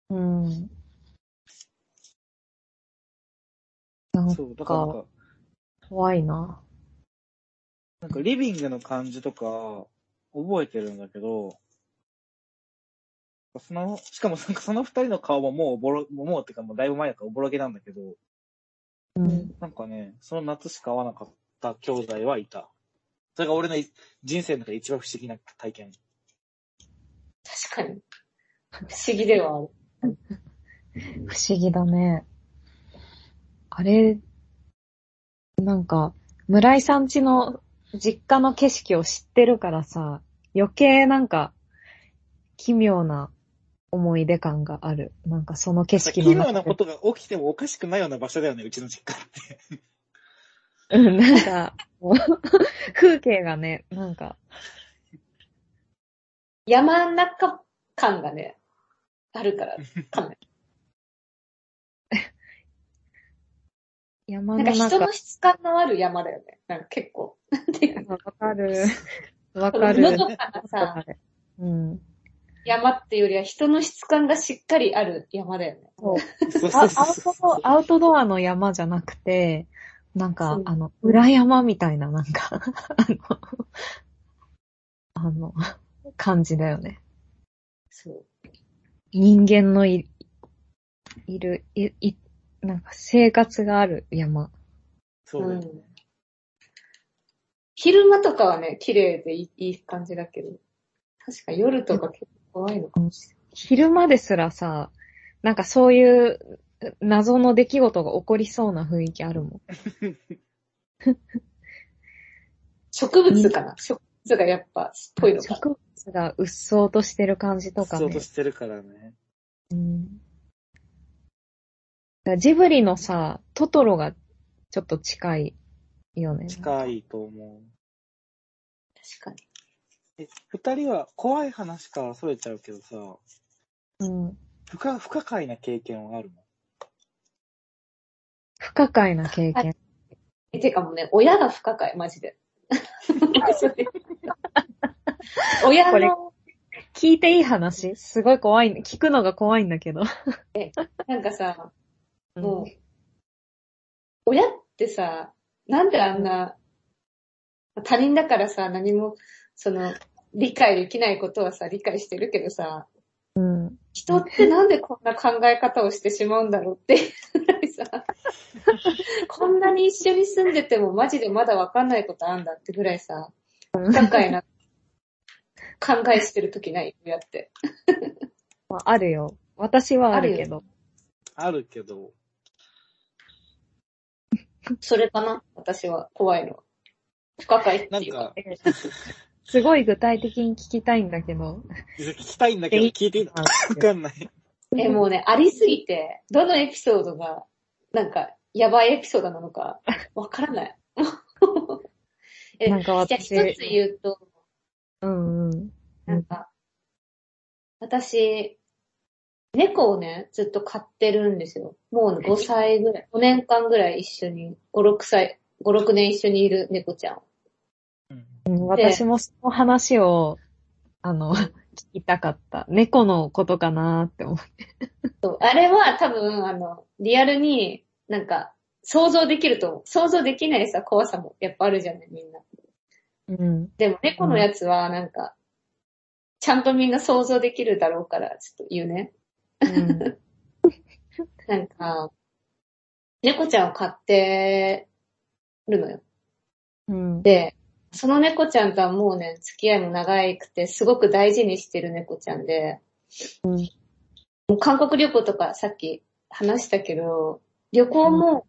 S1: うん。なん
S3: そう、だからなん
S1: か
S3: か、
S1: 怖いな。
S3: なんかリビングの感じとか、覚えてるんだけど、その、しかもなんかその二人の顔ももうおぼろ、もうってかもうだいぶ前だからおぼろげなんだけど、
S1: うん。
S3: なんかね、その夏しか会わなかった兄弟はいた。それが俺のい人生の中で一番不思議な体験。
S2: 確かに。不思議ではある。
S1: 不思議だね。あれ、なんか、村井さん家の実家の景色を知ってるからさ、余計なんか、奇妙な思い出感がある。なんかその景色
S3: 奇
S1: の
S3: 妙
S1: 中
S3: な
S1: で
S3: ことが起きてもおかしくないような場所だよね、うちの実家って。
S1: うん、なんか、もう 風景がね、なんか、
S2: 山の中感がね、あるから、かも。
S1: 山
S2: なん
S1: の
S2: か
S1: 中。
S2: 人の質感のある山だよね。なんか結構。なんていうの
S1: わかる。わ
S2: こ
S1: か
S2: の
S1: る
S2: の。どかなさ、
S1: うん。
S2: 山っていうよりは人の質感がしっかりある山だよね。
S1: そう。
S3: そう
S1: あ
S3: そ
S1: ア
S3: うそ
S1: ウ
S3: う
S1: トドア、アウトドアの山じゃなくて、なんか
S2: そう、
S1: あの、裏山みたいな、なんか、 あの、あの、感じだよね。
S2: そう。
S1: 人間のい、いる、い、い、なんか生活がある山。
S3: そうだよね
S2: うん昼間とかはね、綺麗でいいいい感じだけど、確か夜とか結構怖いのかもしれ
S1: 昼間ですらさ、なんかそういう謎の出来事が起こりそうな雰囲気あるもん。
S2: ない。植物かな植物がやっぱ、っぽいのかな。
S1: 植物がうっそうとしてる感じとか
S3: そう
S1: ね
S3: と。してるからね。
S1: うん、だからジブリのさ、トトロがちょっと近いよね。
S3: 近いと思う。
S2: 確かに。
S3: え、二人は怖い話から逸れちゃうけどさ、
S1: うん。
S3: 不可、不可解な経験はあるの
S1: 不可解な経験。
S2: え、てかもうね、親が不可解、マ ジで。親
S1: これ
S2: の、
S1: 聞いていい話すごい怖い、聞くのが怖いんだけど。
S2: なんかさ、も
S1: う、
S2: う親ってさ、なんであんな、他人だからさ、何も、その、理解できないことはさ、理解してるけどさ、
S1: ん。
S2: 人ってなんでこんな考え方をしてしまうんだろうっていうぐらいさ、こんなに一緒に住んでてもマジでまだわかんないことあんだってぐらいさ、不可解な考えしてるときない親って。
S1: まあ、あるよ。私はあるけど。
S3: あるけど、
S2: それかな私は怖いのは。不可解って
S3: なん
S2: いうか。
S3: か、
S1: すごい具体的に聞きたいんだけど。
S3: 聞きたいんだけど、
S1: え
S3: 聞いていいのかわかんない。
S2: え、もうね、ありすぎて、どのエピソードが、なんか、やばいエピソードなのか、わからない。 え、
S1: なんか私
S2: じゃあ一つ言うと、
S1: うんうん。
S2: なんか、私、猫をね、ずっと飼ってるんですよ。もう5歳ぐらい、5年間ぐらい一緒に、5、6歳、5、6年一緒にいる猫ちゃんを。
S3: うん
S1: うん私もその話を、あの、聞きたかった。猫のことかなーって思う。
S2: そうあれは多分、あの、リアルになんか、想像できると思う。想像できないさ、怖さもやっぱあるじゃない、みんな。
S1: うん。
S2: でも猫のやつはなんか、ちゃんとみんな想像できるだろうから、ちょっと言うね。
S1: うん。
S2: なんか、猫ちゃんを飼ってるのよ。
S1: うん。
S2: で、その猫ちゃんとはもうね、付き合いも長いくて、すごく大事にしてる猫ちゃんで、
S1: うん
S2: もう韓国旅行とかさっき話したけど、旅行も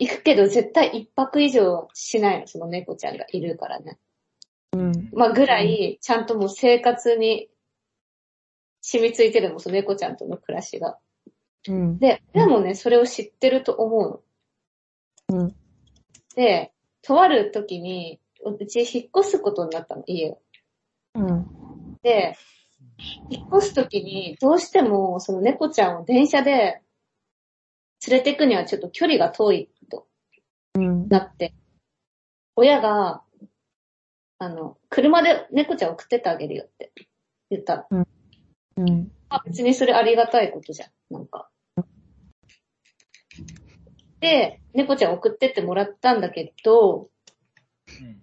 S2: 行くけど絶対一泊以上しないの、その猫ちゃんがいるからね。
S1: うん。
S2: まあぐらい、ちゃんともう生活に染みついてるもんその猫ちゃんとの暮らしが。
S1: うん。
S2: で、でもね、それを知ってると思うの。
S1: うん。
S2: で、とある時に、うち引っ越すことになったの、家を。
S1: うん。
S2: で、引っ越すときに、どうしても、その猫ちゃんを電車で連れてくにはちょっと距離が遠いと
S1: うん。
S2: なって、親が、あの、車で猫ちゃんを送ってってあげるよって言ったの。
S1: うん。
S2: あ、別にそれありがたいことじゃん、なんか。で、猫ちゃん送ってってもらったんだけど、
S3: うん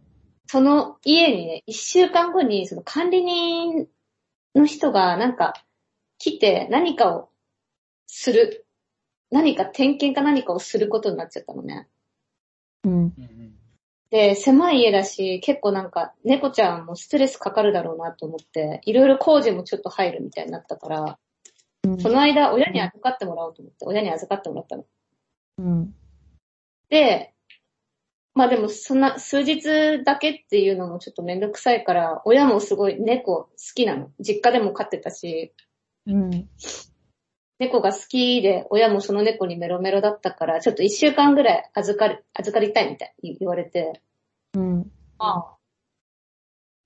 S2: その家にね、一週間後に、その管理人の人が、なんか、来て何かをする、何か点検か何かをすることになっちゃったのね。
S1: うん。
S3: うんうん。
S2: で、狭い家だし、結構なんか猫ちゃんもストレスかかるだろうなと思って、いろいろ工事もちょっと入るみたいになったから、
S1: うん
S2: その間親に預かってもらおうと思って、親に預かってもらったの。
S1: うん。
S2: で、まあでもそんな数日だけっていうのもちょっとめんどくさいから、親もすごい猫好きなの。実家でも飼ってたし、
S1: うん。
S2: 猫が好きで、親もその猫にメロメロだったから、ちょっと一週間ぐらい預かる、預かりたいみたいに言われて、
S1: うん。
S2: ああ。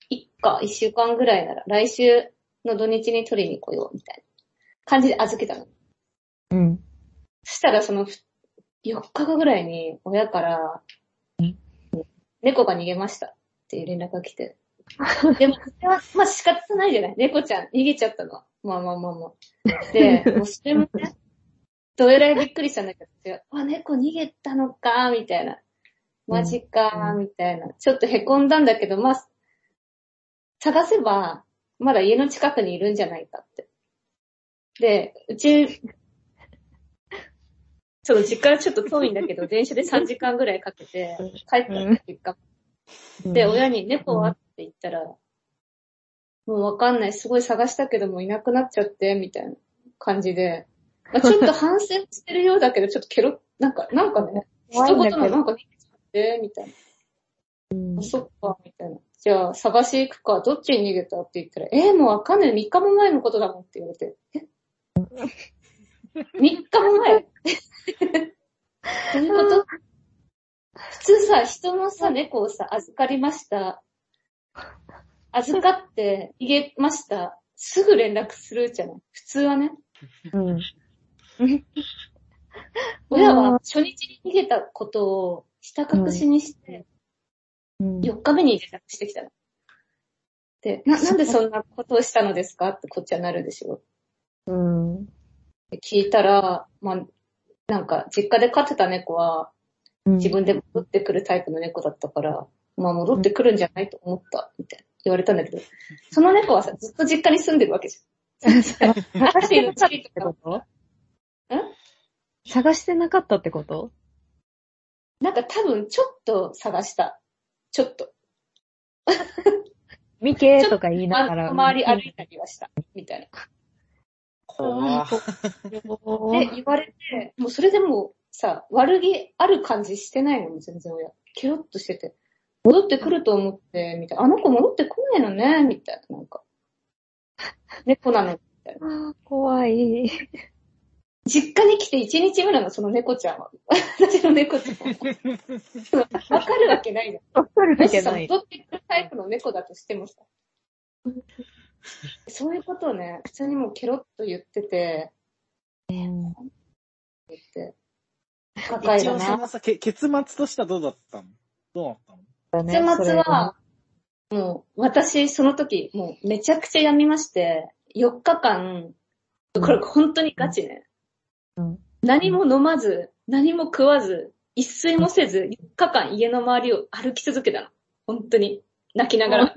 S2: いっか、一週間ぐらいなら、来週の土日に取りに来よう、みたいな感じで預けたの。
S1: うん。
S2: そしたらそのふ4日後ぐらいに親から、猫が逃げましたっていう連絡が来て。でも、それは、まあ仕方ないじゃない猫ちゃん逃げちゃったの。まあまあまあまあ。で、もうそれもね、どえらいびっくりしたんだけど、あ、猫逃げたのか、みたいな。マジか、みたいな。ちょっと凹んだんだけど、まあ、探せば、まだ家の近くにいるんじゃないかって。で、うち、その実家はちょっと遠いんだけど、電車で3時間ぐらいかけて帰ったの実家
S1: うん
S2: で、親に猫はって言ったら、もうわかんない、すごい探したけどもいなくなっちゃって、みたいな感じで、まあ、ちょっと反省してるようだけど、ちょっとケロ、 なんか、なんかね、
S1: 怖い
S2: 一
S1: んだ
S2: 言
S1: けど
S2: のなんか逃げちゃって、みたいな。あそっか、みたいな。じゃあ、探し行くか、どっちに逃げたって言ったら、えー、もうわかんない、3日も前のことだもんって言われて、 え ?3 日も前どういうこと普通さ、人のさ、猫をさ、預かりました。預かって、逃げました。すぐ連絡するじゃない普通はね。
S1: うん。
S2: 親は初日に逃げたことを、ひた隠しにして、
S1: うん。
S2: 4日目に連絡してきたの。で、な、なんでそんなことをしたのですかってこっちはなるでしょ。
S1: うん。
S2: で聞いたら、まあ、なんか、実家で飼ってた猫は、自分で戻ってくるタイプの猫だったから、まあ戻ってくるんじゃないと思った、みたいな言われたんだけど、その猫はさ、ずっと実家に住んでるわけじゃん。
S1: 探してなかったっ
S2: チリ
S1: て
S2: とか
S1: こ、と
S2: ん
S1: 探してなかったってこと
S2: なんか多分ちょっと探した。ちょっと。
S1: 見けとか言いながら。
S2: 周り歩いたりはした、みたいな。
S3: 怖っ
S2: で、言われて、もうそれでもさ、悪気ある感じしてないのも全然親。ケロッとしてて。戻ってくると思って、みたいな。あの子戻ってこないのね、みたいな。なんか。猫なの。
S1: あー怖い。
S2: 実家に来て1日目なの、その猫ちゃんは。 私の猫ちゃんは。わかるわけないじ
S1: わかる
S2: ゃん。も
S1: わ
S2: し
S1: け
S2: さ、
S1: ない。
S2: 戻ってくるタイプの猫だとしてもさ。 そういうことをね、普通にもうケロッと言ってて、高い
S3: 一
S2: よ
S3: 応そ
S2: な。
S3: のさ、け結末としてはどうだったのどうなったの
S2: 結末は、もう、私、その時、もう、めちゃくちゃ病みまして、4日間、これ本当にガチね。
S1: うん
S2: 何も飲まず、何も食わず、一睡もせず、4日間家の周りを歩き続けたの。本当に。泣きながら。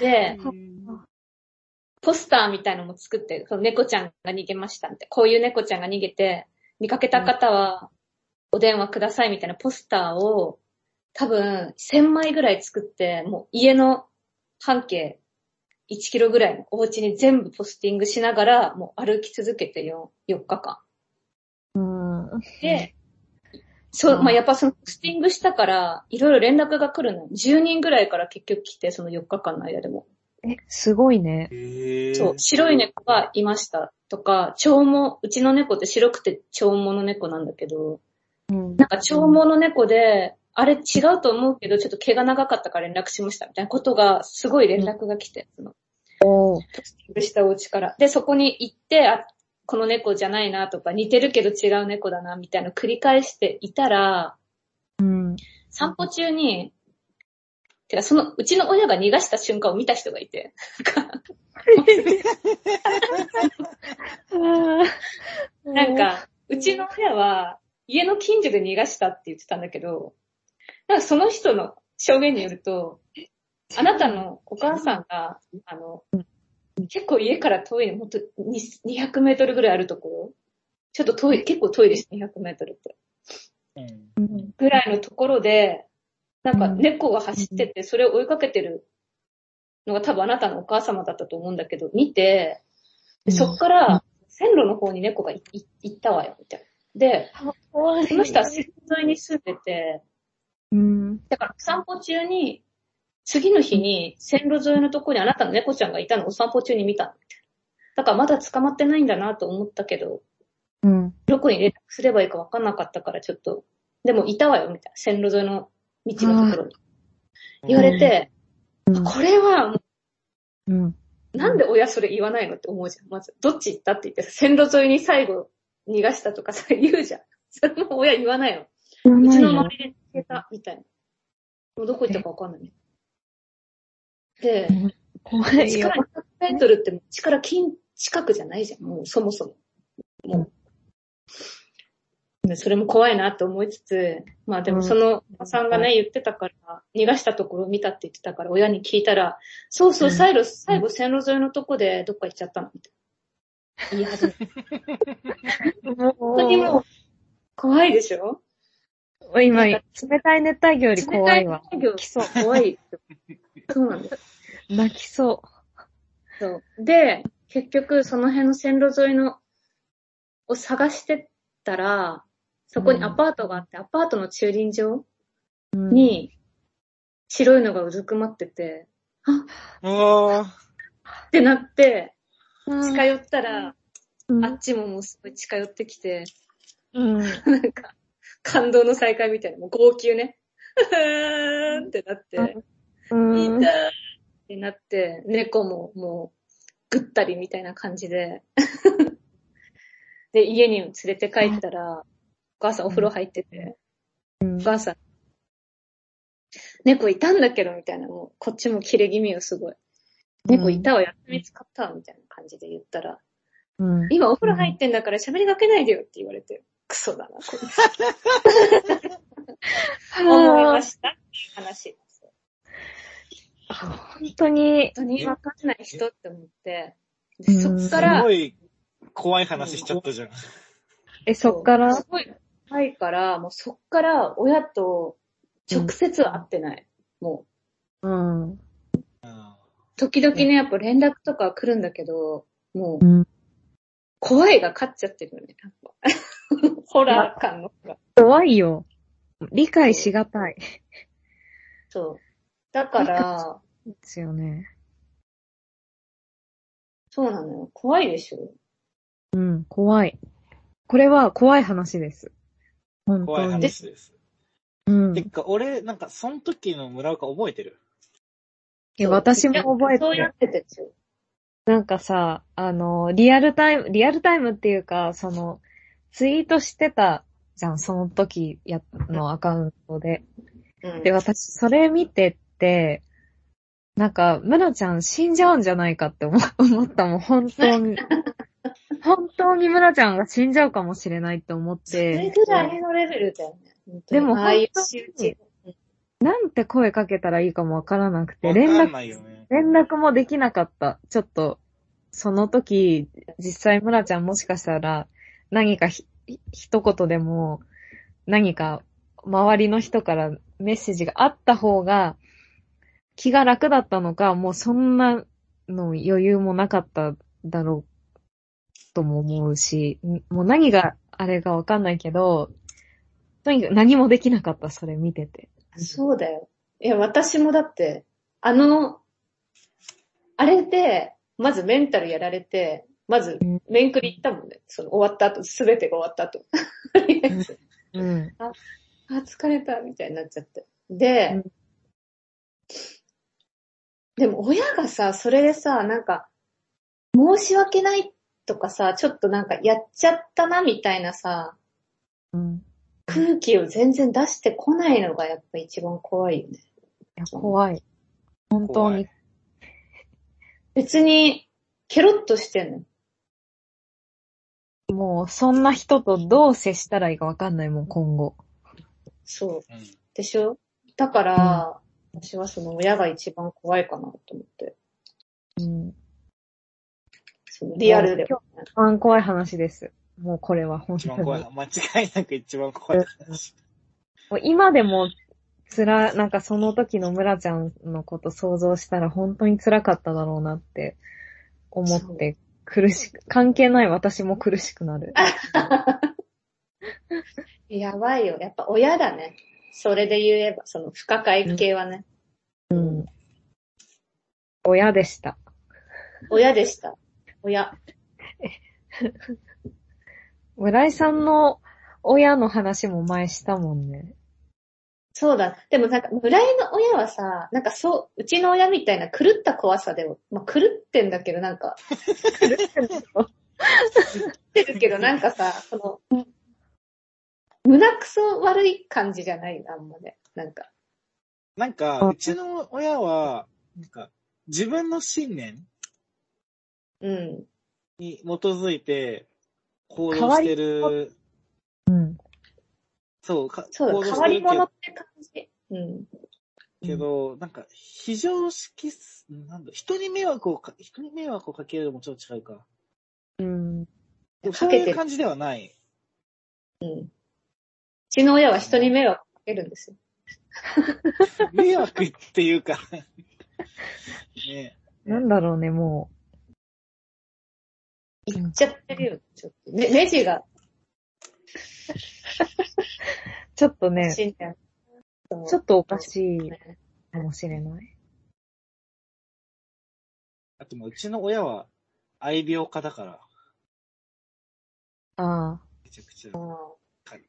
S2: で、ポスターみたいのも作って、その猫ちゃんが逃げましたみたいな。こういう猫ちゃんが逃げて、見かけた方は、お電話くださいみたいなポスターを、多分、1000枚ぐらい作って、もう家の半径1キロぐらいのお家に全部ポスティングしながら、もう歩き続けてよ、4日間。
S1: うん。
S2: で、そう、まあ、やっぱその、ポスティングしたから、いろいろ連絡が来るの。10人ぐらいから結局来て、その4日間の間でも。
S1: え、すごいね。
S3: へえ。
S2: そう、白い猫がいましたとか、長毛、うちの猫って白くて長毛の猫なんだけど、
S1: うん
S2: なんか長毛の猫で、あれ違うと思うけど、ちょっと毛が長かったから連絡しましたみたいなことが、すごい連絡が来て、その、
S1: おー
S2: ポスティングしたお家から。で、そこに行って、あ、この猫じゃないなとか、似てるけど違う猫だな、みたいなの繰り返していたら、
S1: うん。
S2: 散歩中に、てか、その、うちの親が逃がした瞬間を見た人がいて、なん、か、うちの親は、家の近所で逃がしたって言ってたんだけど、なんかその人の証言によると、あなたのお母さんが、あの、結構家から遠いね。もっとに200メートルぐらいあるところちょっと遠い、結構遠いです、200メートルって。
S3: うん。
S1: うん。
S2: ぐらいのところで、なんか
S1: うん
S2: 猫が走ってて、それを追いかけてるのが多分あなたのお母様だったと思うんだけど、見て、でそっから線路の方に猫がいい行ったわよ、みたいな。で、
S1: 怖い。
S2: その人は線路沿いに住んでて、
S1: うん。
S2: だからお散歩中に、次の日に線路沿いのところにあなたの猫ちゃんがいたのをお散歩中に見たのみたいな。だからまだ捕まってないんだなと思ったけど、
S1: うん。
S2: どこに連絡すればいいか分かんなかったから、ちょっと、でもいたわよ、みたいな。線路沿いの道のところに。言われて、
S1: うん
S2: これは、も
S1: うん。
S2: うなんで親それ言わないのって思うじゃん。まず、どっち行ったって言ってさ、線路沿いに最後逃がしたとかさ、言うじゃん。それも親言わないの。うちの周りで消えた、みたいな。もうどこ行ったか分かんない。で、
S1: 怖
S2: 1から200メートルってもう1から近、近くじゃないじゃん、もうそもそも。もう。でそれも怖いなって思いつつ、まあでもそのおばさんがね、言ってたから、逃がしたところを見たって言ってたから、親に聞いたら、そうそう、
S1: うん
S2: 最後、最後線路沿いのとこでどっか行っちゃったの、みたいな。言い始めた。本当にもう、怖いでしょ
S1: 今、冷たい熱帯魚より怖いわ。
S2: 冷たい熱帯魚
S1: 泣きそう。
S2: 怖い。そうなんだよ
S1: 泣きそ
S2: そう。で、結局その辺の線路沿いの、を探してったら、そこにアパートがあって、アパートの駐輪場
S1: う。うん、
S2: に、白いのがうずくまってて、
S3: うわー
S2: ってなって、近
S1: 近い。
S2: 寄ったら、あっちももうすごい近寄ってきて、
S1: うん。
S2: なんか、感動の再会みたいな、もう号泣ね。 うーんってなって、いたー
S1: う
S2: っ
S1: ん。
S2: てなって、猫ももう、ぐったりみたいな感じで。 で、家に連れて帰ったら、お母さんお風呂入ってて、お母さん、猫いたんだけど、みたいな、もう、こっちも切れ気味よ、すごい。猫いたわ、やっと見つかったわ、みたいな感じで言ったら、
S1: うん。
S2: 今お風呂入ってんだから喋りかけないでよって言われて、クソだな、こいつ思いましたっていう話。
S1: 本当に、
S2: 本当にわかんない人って思って、
S1: う
S2: で
S1: ん
S2: そっか
S3: す
S2: ら
S3: ご、い怖い話しちゃったじゃん。
S1: え、そっから
S2: す、ごい高いから、もうそっから親と直接は会ってない。もう、
S1: うん。う
S2: 時々ね、やっぱ連絡とかは来るんだけど、もう、
S1: ん。
S2: 怖いが勝っちゃってるよね。なん かホラー感の。
S1: 怖いよ。理解しがたい。
S2: そう。だから、
S1: ですよね。
S2: そうなのよ。怖いでしょ。
S1: うん、怖い。これは怖い話です。本
S3: 怖い
S1: 当に。
S3: 話です。
S1: うん。
S3: てか、俺、なんか、その時の村岡覚えてる
S1: いや、私も覚えて
S2: そうや
S1: る
S2: っ。てたでしょ。
S1: なんかさ、あの、リアルタイム、リアルタイムっていうか、その、ツイートしてたじゃん、その時や、のアカウントで。
S2: うん
S1: で、私、それ見てって、なんか、ムロちゃん死んじゃうんじゃ ないかって思思ったもん、本当に。本当にムロちゃんが死んじゃうかもしれないって思っ
S2: そ
S1: て、
S2: れぐらいのレベルだよね。本当
S1: で
S2: に
S1: も
S2: ああいう
S1: 本当
S2: 仕
S1: に
S2: 打ち。
S1: なんて声かけたらいいかもわからなくて、
S3: わ
S1: 連
S3: か
S1: 絡
S3: んないよね。
S1: 連絡もできなかった。ちょっと、その時、実際村ちゃんもしかしたら、何かひ、ひ一言でも、何か、周りの人からメッセージがあった方が、気が楽だったのか、もうそんなの余裕もなかっただろう、とも思うし、んもう何があれかわかんないけど、とにかく何もできなかった、それ見てて。
S2: そうだよ。いや、私もだって、あの、あれで、まずメンタルやられて、まず
S1: うん、
S2: 面食り行ったもんね。その終わった後、すべてが終わった後。とりあえず
S1: うん。
S2: あ、疲れた、みたいになっちゃって。で、
S1: うん
S2: でも親がさ、それでさ、なんか、申し訳ないとかさ、ちょっとなんかやっちゃったな、みたいなさ、
S1: うん。
S2: 空気を全然出してこないのがやっぱ一番怖いよね。
S1: いや、怖い。本当に
S2: 別に、ケロッとしてんの。
S1: もう、そんな人とどう接したらいいかわかんないもん、今後。
S2: そう。
S3: 怖い。うん
S2: でしょだから、私はその親が一番怖いかなと思って。
S1: うん。
S2: そのリアルでも。
S1: 一番怖い話です。もうこれは本
S3: 一
S1: 当
S3: 番
S1: に。
S3: 怖い。間違いなく一番怖い話。
S1: もう今でも、つら、なんかその時の村ちゃんのこと想像したら本当に辛かっただろうなって思って、苦しく、関係ない私も苦しくな る。
S2: やばいよ。やっぱ親だね。それで言えば、その不可解系はね。
S1: うん。親でした。
S2: 親でした。親。
S1: 村井さんの親の話も前したもんね。
S2: そうだ。でもなんか、村井の親はさ、なんかそう、うちの親みたいな狂った怖さで、まあ、狂ってんだけど、なんか、狂ってるけど、なんかさ、その、胸くそ悪い感じじゃないな、あんまね。なんか、
S3: なんか、うちの親は、なんか、自分の信念
S2: うん。
S3: に基づいて行動してる、
S1: うん。
S3: そう、か
S2: そうだ、
S3: 行動
S2: 変
S3: し
S2: わ
S3: て
S2: り
S3: るけ
S2: 者
S3: ど
S2: っ、て感じ。うん。
S3: けどなんか、非常識す、なんだ、人に迷惑をか、人に迷惑をかけるのもちょっと違うか。
S1: うん。
S3: でも
S2: か
S3: そう
S2: けてる
S3: いう感じではない。
S2: うちの親は人に迷惑かけるんですよ。
S3: 迷惑っていうか、 ね
S1: なんだろうね、も
S2: 言っちゃってるよ、ちょっと。ね、ネジが
S1: う。ちょっとね、
S2: 死んじゃう。
S1: ちょっとおかしいかもしれない。
S3: あともううちの親は愛病家だから、
S1: あ
S3: めちゃくちゃ。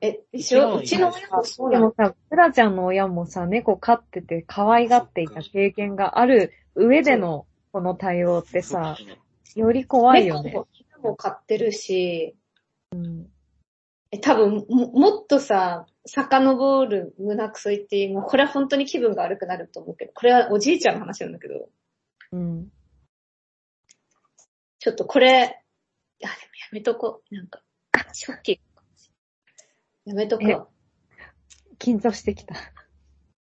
S2: え、一応、うちの親もそ
S1: あ。
S2: う
S1: で
S2: なの
S1: もさ、プラちゃんの親もさ、猫飼ってて可愛がっていた経験がある上でのこの対応って さ
S3: そ、うそう
S1: より怖いよね
S2: 猫。も犬も飼ってるし、
S1: うん。
S2: え多分も、もっとさ、遡る胸くそ言って、もうこれは本当に気分が悪くなると思うけど、これはおじいちゃんの話なんだけど、
S1: うん。
S2: ちょっとこれ、いや、でもやめとこう。なんか、ショッキングやめとこう。
S1: 緊張してきた。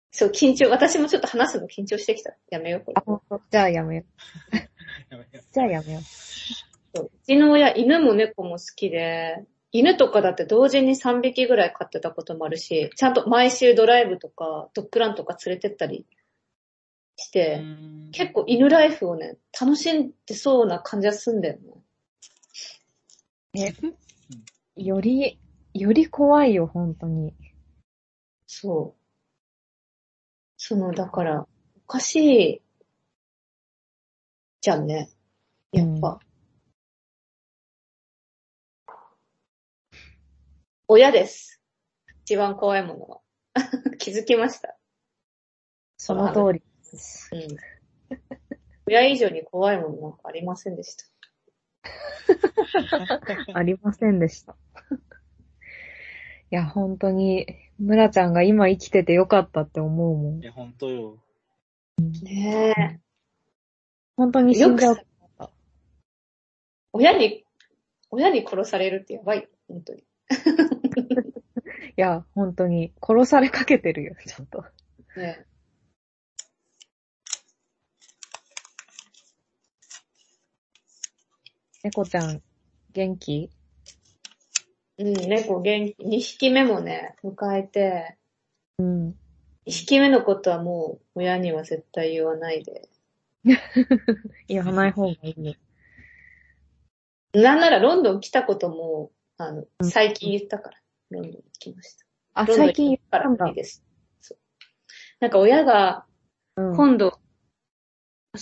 S2: そう、緊張、私もちょっと話すの緊張してきた。やめよう、これ
S1: あ、。ほんと。じゃあやめよ。
S3: やばいやばいう
S1: じゃあやめよう。
S2: そううちの親、犬も猫も好きで、犬とかだって同時に3匹ぐらい飼ってたこともあるし、ちゃんと毎週ドライブとか、ドッグランとか連れてったりして、
S3: うーん
S2: 結構犬ライフをね、楽しんでそうな感じはすんだよね。
S1: より、より怖いよ、本当に。
S2: そう。その、だから、おかしい、じゃんね。やっぱ。親です。一番怖いものは。 気づきました。
S1: その通りです。
S2: うん。親以上に怖いものなんかありませんでした。
S1: ありませんでした。いや、本当に、村ちゃんが今生きててよかったって思うもん
S3: い。や、ほんとよ。
S2: ねえ。
S1: 本当に死
S2: よ
S1: ん
S2: く
S1: じゃ
S2: さ
S1: う。
S2: 親に、親に殺されるってやばいよ、本当に。
S1: いや、本当に、殺されかけてるよ、ちょっと。
S2: ね
S1: 猫ちゃん、元気
S2: えうん、猫元気、2匹目もね、迎えて、
S1: うん。
S2: 1匹目のことはもう親には絶対言わないで。
S1: 言わない方がいいよ。
S2: なんならロンドン来たことも、あの、
S1: うん
S2: 最近言ったから、ロンドン来ました。
S1: あ、
S2: ロンドン
S1: 最近言ったん
S2: から
S1: だ
S2: いい。です。そうなんか親が、
S1: うん
S2: 今度、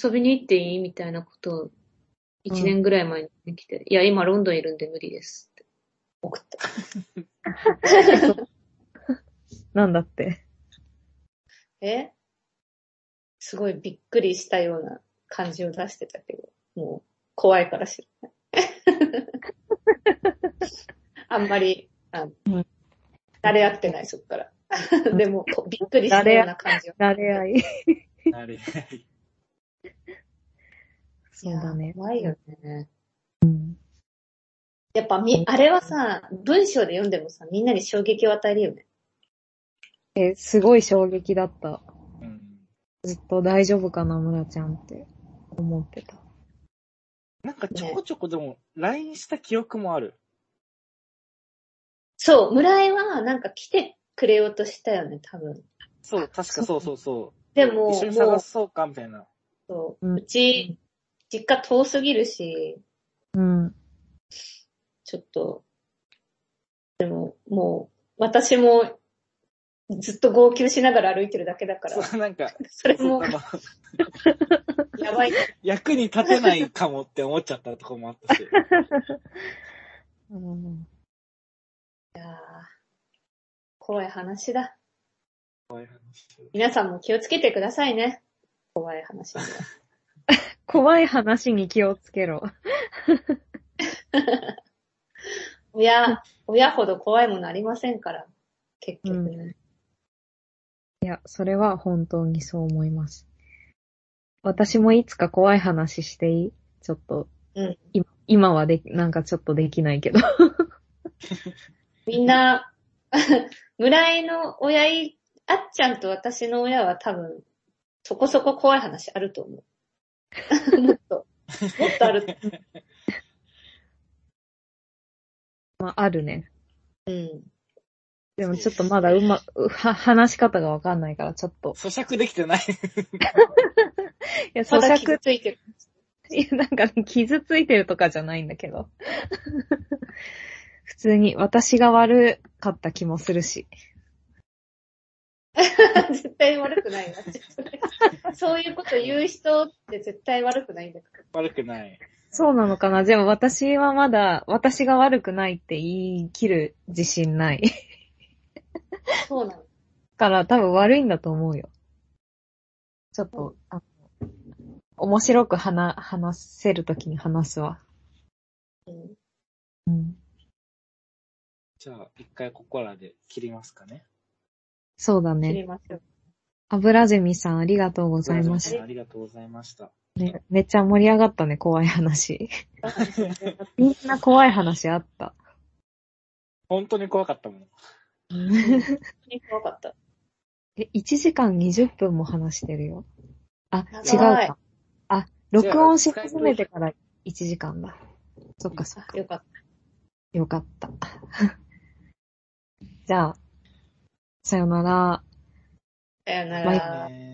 S2: 遊びに行っていいみたいなことを、1年ぐらい前に来て、いや、今ロンドンいるんで無理ですって送った。
S1: なんだって。
S2: えすごいびっくりしたような感じを出してたけど、もう怖いから 知らない。あんまり、あ
S1: うん
S2: 慣れ合ってない、そっから。 でも、こびっくりしたような感じを。
S1: 慣れ合い。
S3: あれ。
S1: そうだ
S2: いや
S1: ね。
S2: 怖いよね。
S1: うん。
S2: やっぱみ、あれはさ、文章で読んでもさ、みんなに衝撃を与えるよね。
S1: え、すごい衝撃だった。
S3: うん
S1: ずっと大丈夫かな、村ちゃんって思ってた。
S3: なんかちょこちょこでも、LINE した記憶もある。
S2: そう、村井はなんか来てくれようとしたよね、多分。
S3: そう、確かそうそうそ
S2: で
S3: う。
S2: も、
S3: 一緒に
S2: も
S3: 探
S2: う
S3: そうか、みたいな。
S2: そうう、
S1: ん
S2: うち、実家遠すぎるし、
S1: うん。
S2: ちょっと、でも、もう、私も、ずっと号泣しながら歩いてるだけだから、
S3: そう、なんか、
S2: それ
S3: そう
S2: も
S3: なん、か
S2: やばい。
S3: 役に立てないかもって思っちゃったところもあったし。
S1: うん
S2: 怖い話だ。皆さんも気をつけてくださいね。怖い話には。
S1: 怖い話に気をつけろ。
S2: 親、親ほど怖いものありませんから、結局ね。
S1: うんいや、それは本当にそう思います。私もいつか怖い話していいちょっと。
S2: うん
S1: い今はでき、なんかちょっとできないけど。
S2: みんな、 村井の親い、あっちゃんと私の親は多分、そこそこ怖い話あると思う。もっと、もっとある。
S1: まあ、あるね。
S2: うん。
S1: でもちょっとまだうま、うは、話し方がわかんないから、ちょっと。
S3: 咀嚼できてない。
S1: いや、咀
S2: まだ
S1: 嚼
S2: 傷、ついてる。
S1: いや、なんか ね、傷ついてるとかじゃないんだけど。 普通に、私が悪かった気もするし。
S2: 絶対悪くないな。そういうこと言う人って絶対悪くないんだけど。
S3: 悪くない。
S1: そうなのかなでも私はまだ、私が悪くないって言い切る自信ない。
S2: そうなの。
S1: から多分悪いんだと思うよ。ちょっと、あの、面白く話、話せるときに話すわ。
S2: うん
S1: うん。
S3: じゃあ、一回ここらで切りますかね。
S1: そうだ
S2: 知
S1: ね。
S2: りません。
S1: 油ゼミさんありがとうございま
S3: ブラ
S1: し
S3: ジルさんありがとうございました。
S1: た。ね、めっちゃ盛り上がったね、怖い話。みんな怖い話あった。
S3: 本当に怖かったもん。
S2: 怖かった。
S1: え、1時間20分も話してるよ。あ、違う
S2: 長い
S1: か。あ、録音し始めてから1時間だ。そっかそっか。
S2: よかった。
S1: よかった。 じゃあ、さよなら。
S2: さよな
S1: バイ
S2: ら。
S3: ね